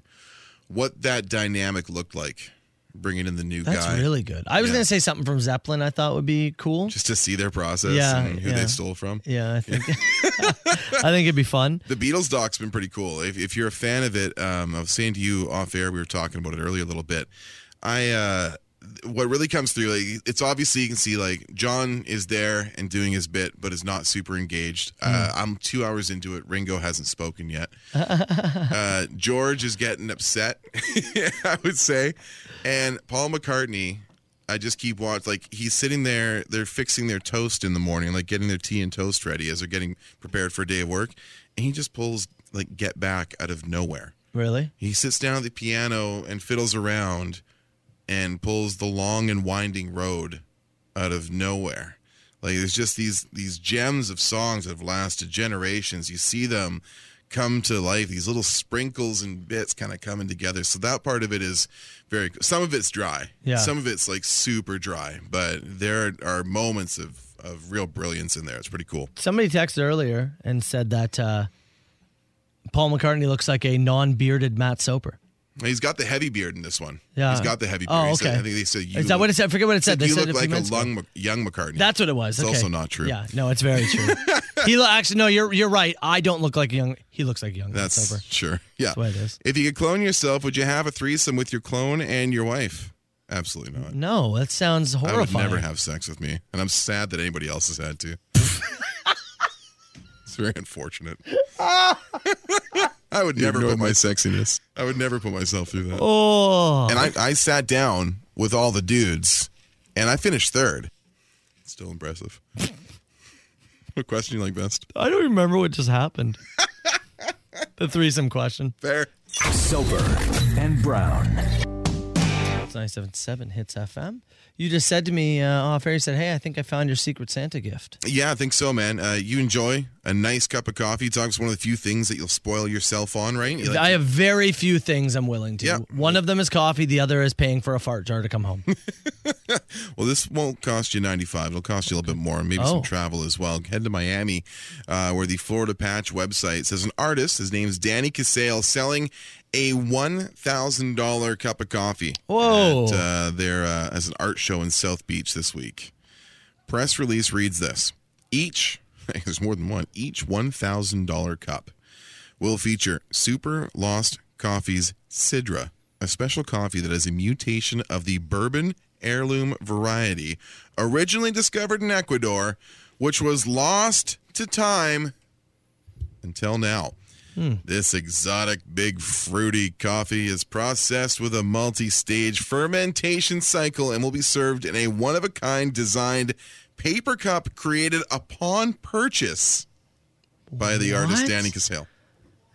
what that dynamic looked like, bringing in the new That's guy. really good. I was Yeah. gonna say something from Zeppelin. I thought would be cool. just to see their process Yeah, and who yeah. they stole from. yeah, I think. *laughs* I think it'd be fun. The Beatles doc's been pretty cool. If, if you're a fan of it, um, I was saying to you off air, we were talking about it earlier a little bit. I uh, what really comes through, like, it's obviously you can see like John is there and doing his bit, but is not super engaged. Uh, I'm two hours into it. Ringo hasn't spoken yet. uh, George is getting upset, *laughs* I would say. And Paul McCartney, I just keep watching. Like, he's sitting there, they're fixing their toast in the morning, like getting their tea and toast ready as they're getting prepared for a day of work. And he just pulls, like, get back out of nowhere. Really? He sits down at the piano and fiddles around and pulls the long and winding road out of nowhere. Like there's just these these gems of songs that have lasted generations. You see them come to life. These little sprinkles and bits kind of coming together. So that part of it is very. Some of it's dry. Yeah. Some of it's like super dry. But there are moments of of real brilliance in there. It's pretty cool. Somebody texted earlier and said that uh, Paul McCartney looks like a non-bearded Matt Soper. He's got the heavy beard in this one. Yeah. He's got the heavy beard. Oh, He said- okay. I think they said you. Is that what it said? I forget what it said. Said They you said it look a few like a minutes ago. lung, Mc- young McCartney. That's what it was. It's okay. also not true. Yeah, no, *laughs* it's very true. he lo- actually no, you're you're right. I don't look like a young. He looks like a young. That's sober. sure. Yeah. That's what it is. If you could clone yourself, would you have a threesome with your clone and your wife? Absolutely not. No, that sounds I would horrifying. never have sex with me, and I'm sad that anybody else has had to. *laughs* it's very *laughs* unfortunate. I would never put my sexiness. I would never put myself through that. Oh. And I, I sat down with all the dudes, and I finished third. Still impressive. *laughs* what question you like best? I don't remember what *laughs* just happened. the threesome question. Fair. Soper and Brown. It's 977 Hits FM. You just said to me uh, off air, you said, Hey, I think I found your Secret Santa gift. Yeah, I think so, man. Uh, you enjoy a nice cup of coffee. Talk's one of the few things that you'll spoil yourself on, right? You're like, I have very few things I'm willing to. One of them is coffee, the other is paying for a fart jar to *laughs* come home. well, this won't cost you 95. It'll cost you a little bit more, maybe Oh. some travel as well. Head to Miami, uh, where the Florida Patch website says an artist, his name's Danny Casale, selling a $1,000 cup of coffee. Whoa. At, uh, their, uh, as an art show in South Beach this week. Press release reads this each, *laughs* there's more than one, each $1,000 cup will feature Super Lost Coffee's Sidra, a special coffee that is a mutation of the bourbon heirloom variety originally discovered in Ecuador, which was lost to time until now. Hmm. This exotic, big, fruity coffee is processed with a multi stage fermentation cycle and will be served in a one of a kind designed paper cup created upon purchase by the artist What? Danny Casale.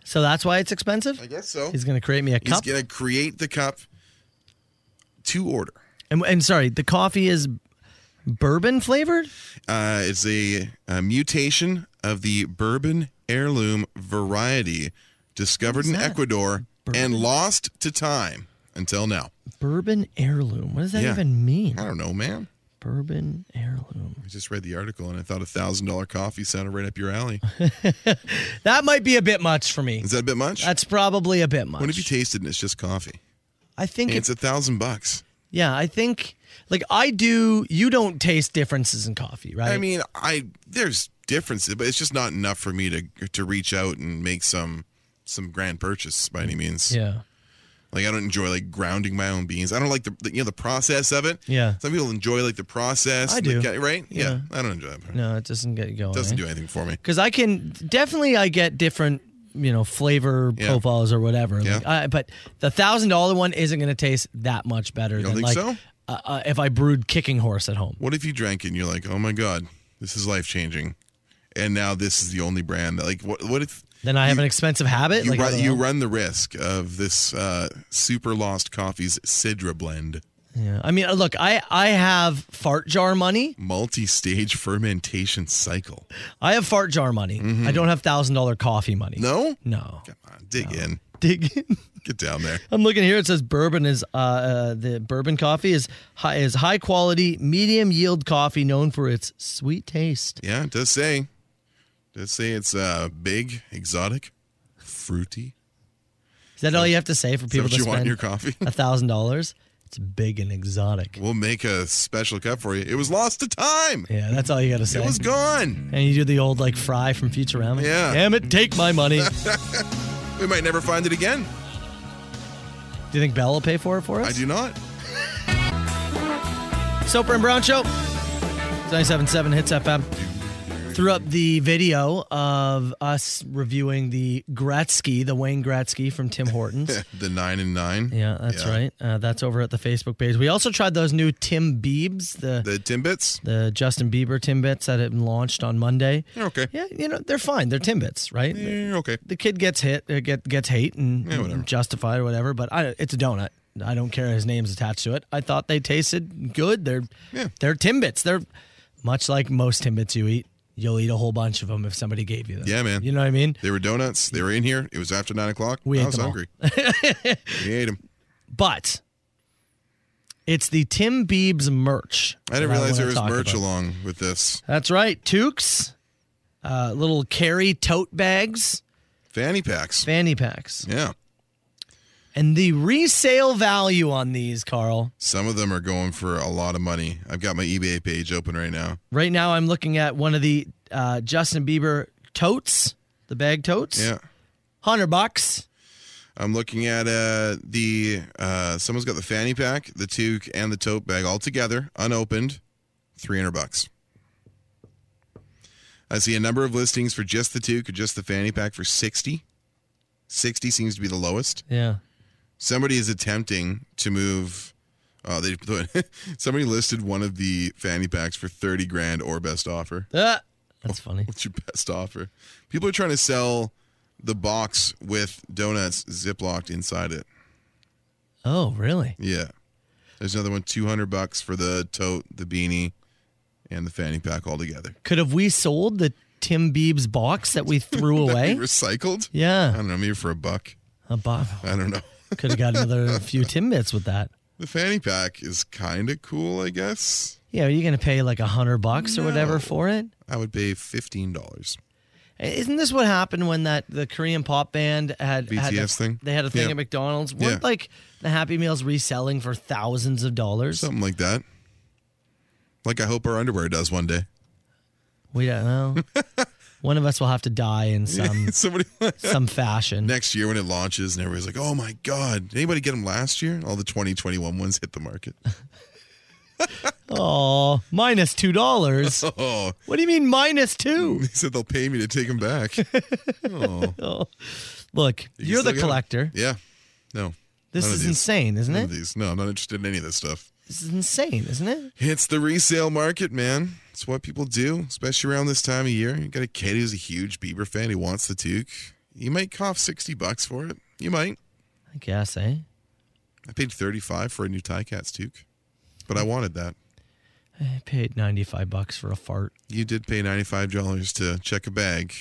So that's why it's expensive? I guess so. He's going to create me a He's cup. going to create the cup to order. and, and sorry, the coffee is bourbon flavored? Uh, it's a, a mutation of the bourbon heirloom variety discovered in Ecuador and lost to time until now. Bourbon heirloom. What does that Yeah. even mean? I don't know, man. Bourbon heirloom. I just read the article and I thought a thousand dollar coffee sounded right up your alley. That might be a bit much for me. Is that a bit much? That's probably a bit much. What if you tasted and it's just coffee? I think And it's it's a thousand bucks. yeah. I think like I do. You don't taste differences in coffee, right? I mean, I there's differences, but it's just not enough for me to to reach out and make some some grand purchase by any means. yeah, Like I don't enjoy like grounding my own beans. I don't like the, the you know the process of it. Yeah. Some people enjoy like the process. the I do. ca- right? Yeah. Yeah. I don't enjoy that. part. no, it doesn't get you going. eh? Doesn't do anything for me. Because I can definitely I get different you know flavor profiles or whatever. Like, I- but the thousand dollar one isn't going to taste that much better don't than think like so? uh, uh, if I brewed kicking horse at home. What if you drank it and you're like, oh my god, this is life changing, and now this is the only brand that like what what if Then I have an expensive habit. you like uh, I run don't you know. run the risk of this uh, super lost coffee's Sidra blend, Yeah. I mean, uh, look, I I have fart jar money. multi stage fermentation cycle. I have fart jar money. I don't have thousand dollar coffee money. Mm-hmm. No. No. Come on, dig in, dig in, get down there. I'm looking here. It says bourbon is uh, uh, the bourbon coffee is high, is high quality, medium yield coffee known for its sweet taste. Yeah, it does say, it does say it's uh, big, exotic, fruity. Is that all you have to say for Is that people what to you want in spend your *laughs* coffee? *laughs* thousand dollars? It's big and exotic. We'll make a special cup for you. It was lost to time. Yeah, that's all you got to say. It was gone. And you do the old like fry from Futurama. Yeah. Damn it, take *laughs* my money. do We might never find it again. you think Bell will pay for it for us? I do not. *laughs* Soper and Brown Show. It's 97.7 Hits FM. Threw up the video of us reviewing the Gretzky, the Wayne Gretzky from *laughs* Tim Hortons. The nine and nine. Yeah, that's right. Uh, that's over at the Facebook page. We also tried those new Tim Biebs, the the Timbits, the Justin Bieber Timbits that had been launched on Monday. They're okay. Yeah, you know they're fine. They're Timbits, right? They're Eh, okay. The kid gets hit, uh, get gets hate and, Yeah, whatever. and justified or whatever. But I, it's a donut. I don't care his name's attached to it. I thought they tasted good. They're they're Timbits. They're much like most Timbits you eat. You'll eat a whole bunch of them if somebody gave you them. Yeah, man. You know what I mean? They were donuts. They were in here. It was after nine o'clock. We ate I was them all. *laughs* hungry. we ate them. But it's the Tim Biebs merch. I didn't that realize wanna there was talk merch about. along with this. That's right. Tukes, uh, little carry tote bags, fanny packs, fanny packs. Yeah. And the resale value on these, Carl. Some of them are going for a lot of money. I've got my eBay page open right now. Right now, I'm looking at one of the uh, Justin Bieber totes, the bag totes. Yeah. hundred bucks. I'm looking at uh, the uh, someone's got the fanny pack, the toque, and the tote bag all together, unopened, three hundred bucks. I see a number of listings for just the toque or just the fanny pack for sixty. Sixty seems to be the lowest. Yeah. Somebody is attempting to move. Uh, they *laughs* somebody listed one of the fanny packs for thirty grand or best offer. Ah, that's funny. What's your best offer? People are trying to sell the box with donuts ziplocked inside it. Oh, really? Yeah. There's another one, 200 bucks for the tote, the beanie, and the fanny pack all together. Could have we sold the Tim Biebs box that we threw That away? we recycled? Yeah. I don't know, maybe for a buck. A buck. I don't know. *laughs* Could have got another few Timbits with that. The fanny pack is kind of cool, I guess. Yeah, are you going to pay like a hundred bucks or whatever for it? I would pay $15. Isn't this what happened when that the Korean pop band had had a- BTS thing? They had a thing Yeah. at McDonald's. Yeah. Weren't like the Happy Meals reselling for thousands of dollars? Something like that. Like I hope our underwear does one day. *laughs* We don't know. One of us will have to die in *laughs* some Somebody some fashion. Next year when it launches and everybody's like, oh my God, did anybody get them last year? All the 2021 ones hit the market. *laughs* Oh, minus *laughs* two dollars. Oh. What do you mean minus two? He said they'll pay me to take them *laughs* back. oh. Oh. Look, You you're still the got 'em? collector. Yeah. No. This None of is these. insane, isn't None of it? these. No, I'm not interested in any of this stuff. This is insane, isn't it? It's the resale market, man. It's what people do, especially around this time of year. You got a kid who's a huge Bieber fan. He wants the toque. You might cough 60 bucks for it. You might. I guess, eh? I paid 35 for a new Tie Cats toque, but I wanted that. I paid ninety five bucks for a fart. You did pay $95 to check a bag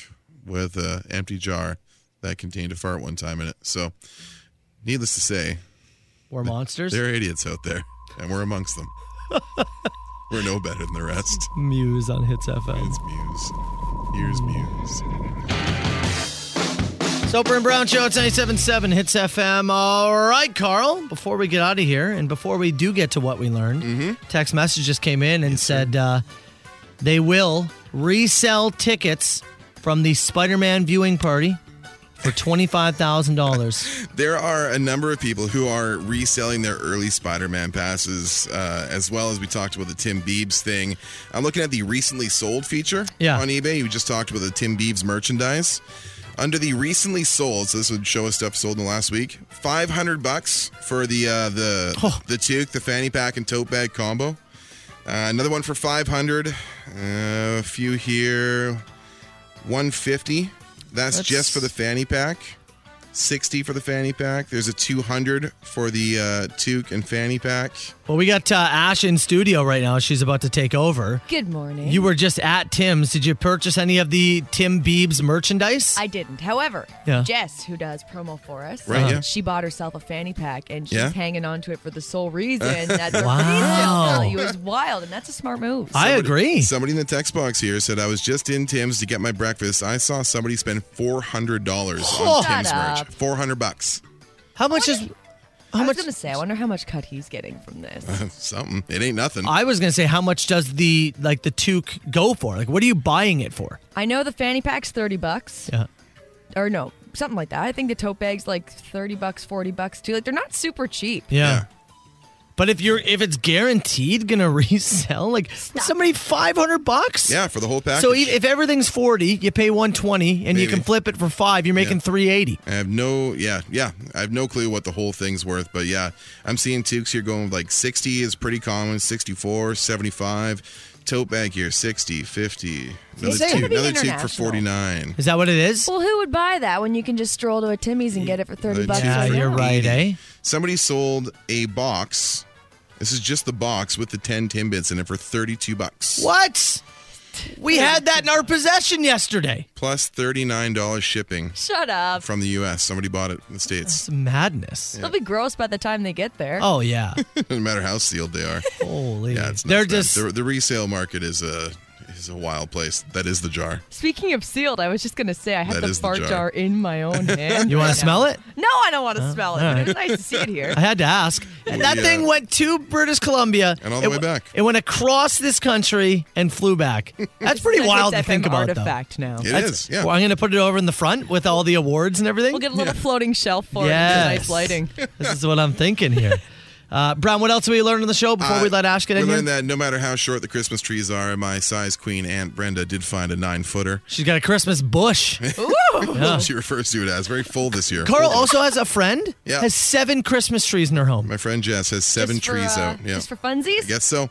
with an empty jar that contained a fart one time in it. So, needless to say, Or monsters. There are idiots out there, and we're amongst them. we're no better than the rest. Muse on Hits FM. It's Muse. Here's Muse. Soper and Brown Show, it's 97.7 Hits FM. All right, Carl, before we get out of here and before we do get to what we learned, text message just came in and said uh, they will resell tickets from the Spider Man viewing party for $25,000. There are a number of people who are reselling their early Spider Man passes, uh, as well as we talked about the Tim Beebs thing. I'm looking at the recently sold feature Yeah. on eBay. You just talked about the Tim Beebs merchandise. Under the recently sold, so this would show us stuff sold in the last week. Five hundred bucks for the uh, the the toque, the fanny pack, and tote bag combo. Uh, another one for five hundred. Uh, a few here, one fifty. That's, That's- just for the fanny pack. Sixty for the fanny pack. There's a two hundred for the uh, toque and fanny pack. Well, we got uh, Ash in studio right now. She's about to take over. Good morning. You were just at Tim's. Did you purchase any of the Tim Beebs merchandise? I didn't. However, Yeah. Jess, who does promo for us, uh, Right, yeah. she bought herself a fanny pack and she's Yeah. hanging on to it for the *laughs* sole reason that the Wow. resale value is wild, and that's a smart move. agree. Somebody in the text box here said, I was just in Tim's to get my breakfast. I saw somebody spend $400 Oh. on Tim's Shut up. merch. 400 bucks. How much is? I was gonna say, I wonder how much cut he's getting from this. Something. It ain't nothing. I was gonna say, how much does the like the toque go for? Like, what are you buying it for? I know the fanny pack's thirty bucks, Yeah. or no, something like that. I think the tote bag's like thirty bucks, forty bucks too. Like they're not super cheap. Yeah. But if you're if it's guaranteed gonna *laughs* resell, like somebody five hundred bucks. Yeah, for the whole package. So if, if everything's forty, you pay one twenty, and you Maybe. can flip it for five. You're making three eighty. I have no, yeah, yeah. I have no clue what the whole thing's worth, but yeah, I'm seeing toques here going like 60 is pretty common, 64, 75. Tote bag here, 60, 50. Another, It's gotta toque- be another toque for international. 49. Is that what it is? Well, who would buy that when you can just stroll to a Timmy's and get it for thirty Another bucks? toque right for now? 80. Somebody sold a box. This is just the box with the 10 Timbits in it for 32 bucks. What? We had that in our possession yesterday. Plus $39 shipping Shut up. from the US. Somebody bought it in the States. madness. They'll be gross by the time they get there. Oh *laughs* yeah. Doesn't matter how sealed they are. Holy. Yeah, it's They're nuts, man. just- the, the resale market is a is a wild place. That is the jar. Speaking of sealed, I was just gonna say I have That the is the fart jar. jar. in *laughs* my own hand. You wanna right now. smell it? No, I don't want to Oh, smell it. all But right. it was nice to see *laughs* it here. I had to ask. Yeah. That thing went to British Columbia Oh, And all the It way w- back. It went across this country and flew back. That's pretty It's wild to FM think about. artifact though. now. It That's- is, yeah. Well, I'm going to put it over in the front with all the awards and everything. We'll get a little floating shelf for Yes. it. Nice lighting. *laughs* this is what I'm thinking *laughs* here. Uh, Brown, what else do we learn on the show before we Uh, let Ash get we in here? learned that no matter how short the Christmas trees are, my size queen Aunt Brenda did find a nine footer. She's got a Christmas *laughs* bush. *laughs* Yeah. she refers to it as very full this year. Carl Full. also has a friend. *laughs* Yeah. Has seven Christmas trees in her home. My friend Jess has seven Just for, trees uh, out. Yeah. Just for funsies? I guess so.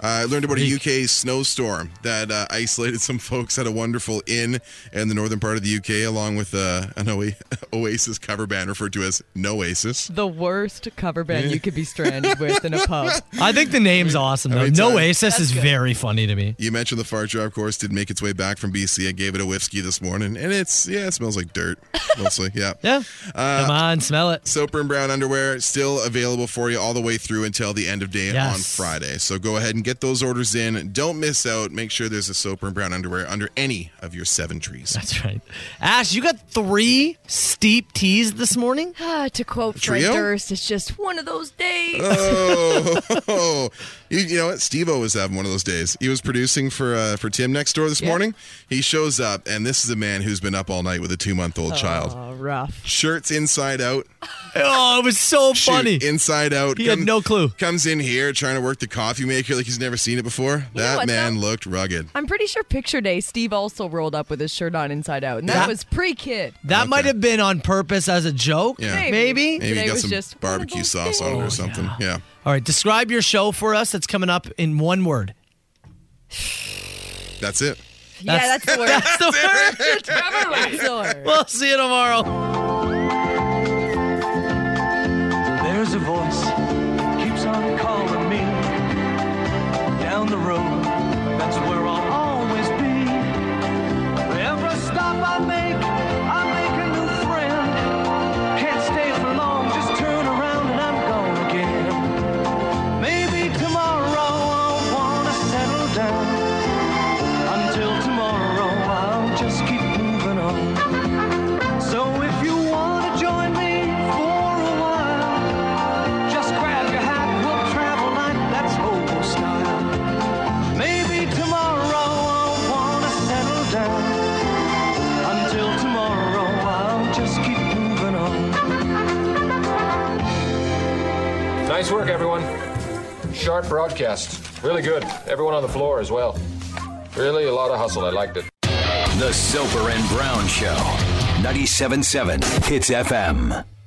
Uh, I learned about a UK snowstorm that uh, isolated some folks at a wonderful inn in the northern part of the UK, along with uh, an Oa- *laughs* Oasis cover band referred to as Noasis. The worst cover band you could be stranded with in a pub. *laughs* I think the name's awesome though. mean, it's, uh, No Oasis That's is good. very funny to me. You mentioned the fart jar, of course, did make its way back from BC. I gave it a whiskey this morning, and it's yeah, it smells like dirt mostly. *laughs* Yeah, yeah. Uh, Come on, smell it. *laughs* Soper and brown underwear still available for you all the way through until the end of day Yes. on Friday. So go ahead and get those orders in. Don't miss out. Make sure there's a Soper and brown underwear under any of your seven trees. That's right. Ash, you got three steep teas this morning? Uh, to quote Fred Trio? Durst, it's just one of those days. Oh, *laughs* You, you know what? Steve O was having one of those days. He was producing for uh, for Tim next door this morning. He shows up, and this is a man who's been up all night with a two month old child. Oh, rough. Shirts inside out. Oh, it was so funny. inside out. He had no clue. Comes in here trying to work the coffee maker like he's never seen it before. that what, man looked rugged. I'm pretty sure picture day, Steve also rolled up with his shirt on inside out, and that, That- was pre kid. That might have been on purpose as a joke, Yeah. maybe. Maybe he got some one barbecue of those sauce on it or things. something. Yeah. All right, describe your show for us that's coming up in one word. That's it. yeah, that's the word. That's the *laughs* word. Trevor, that's the word. We'll see you tomorrow. There's a voice keeps on calling me down the road. That's where I'll always be. Every stop I make, I make a new friend. Can't stay for long, just turn around and I'm gone again. Maybe tomorrow I'll wanna settle down. Until tomorrow I'll just keep moving on. So if you wanna join me for a while. Just grab your hat, we'll travel like that's hobo style. Maybe tomorrow I'll wanna settle down. Until tomorrow I'll just keep moving on. Nice work, everyone. Sharp broadcast. Really good. Everyone on the floor as well. Really a lot of hustle. I liked it. The Soper and Brown Show. 97.7 Hits FM.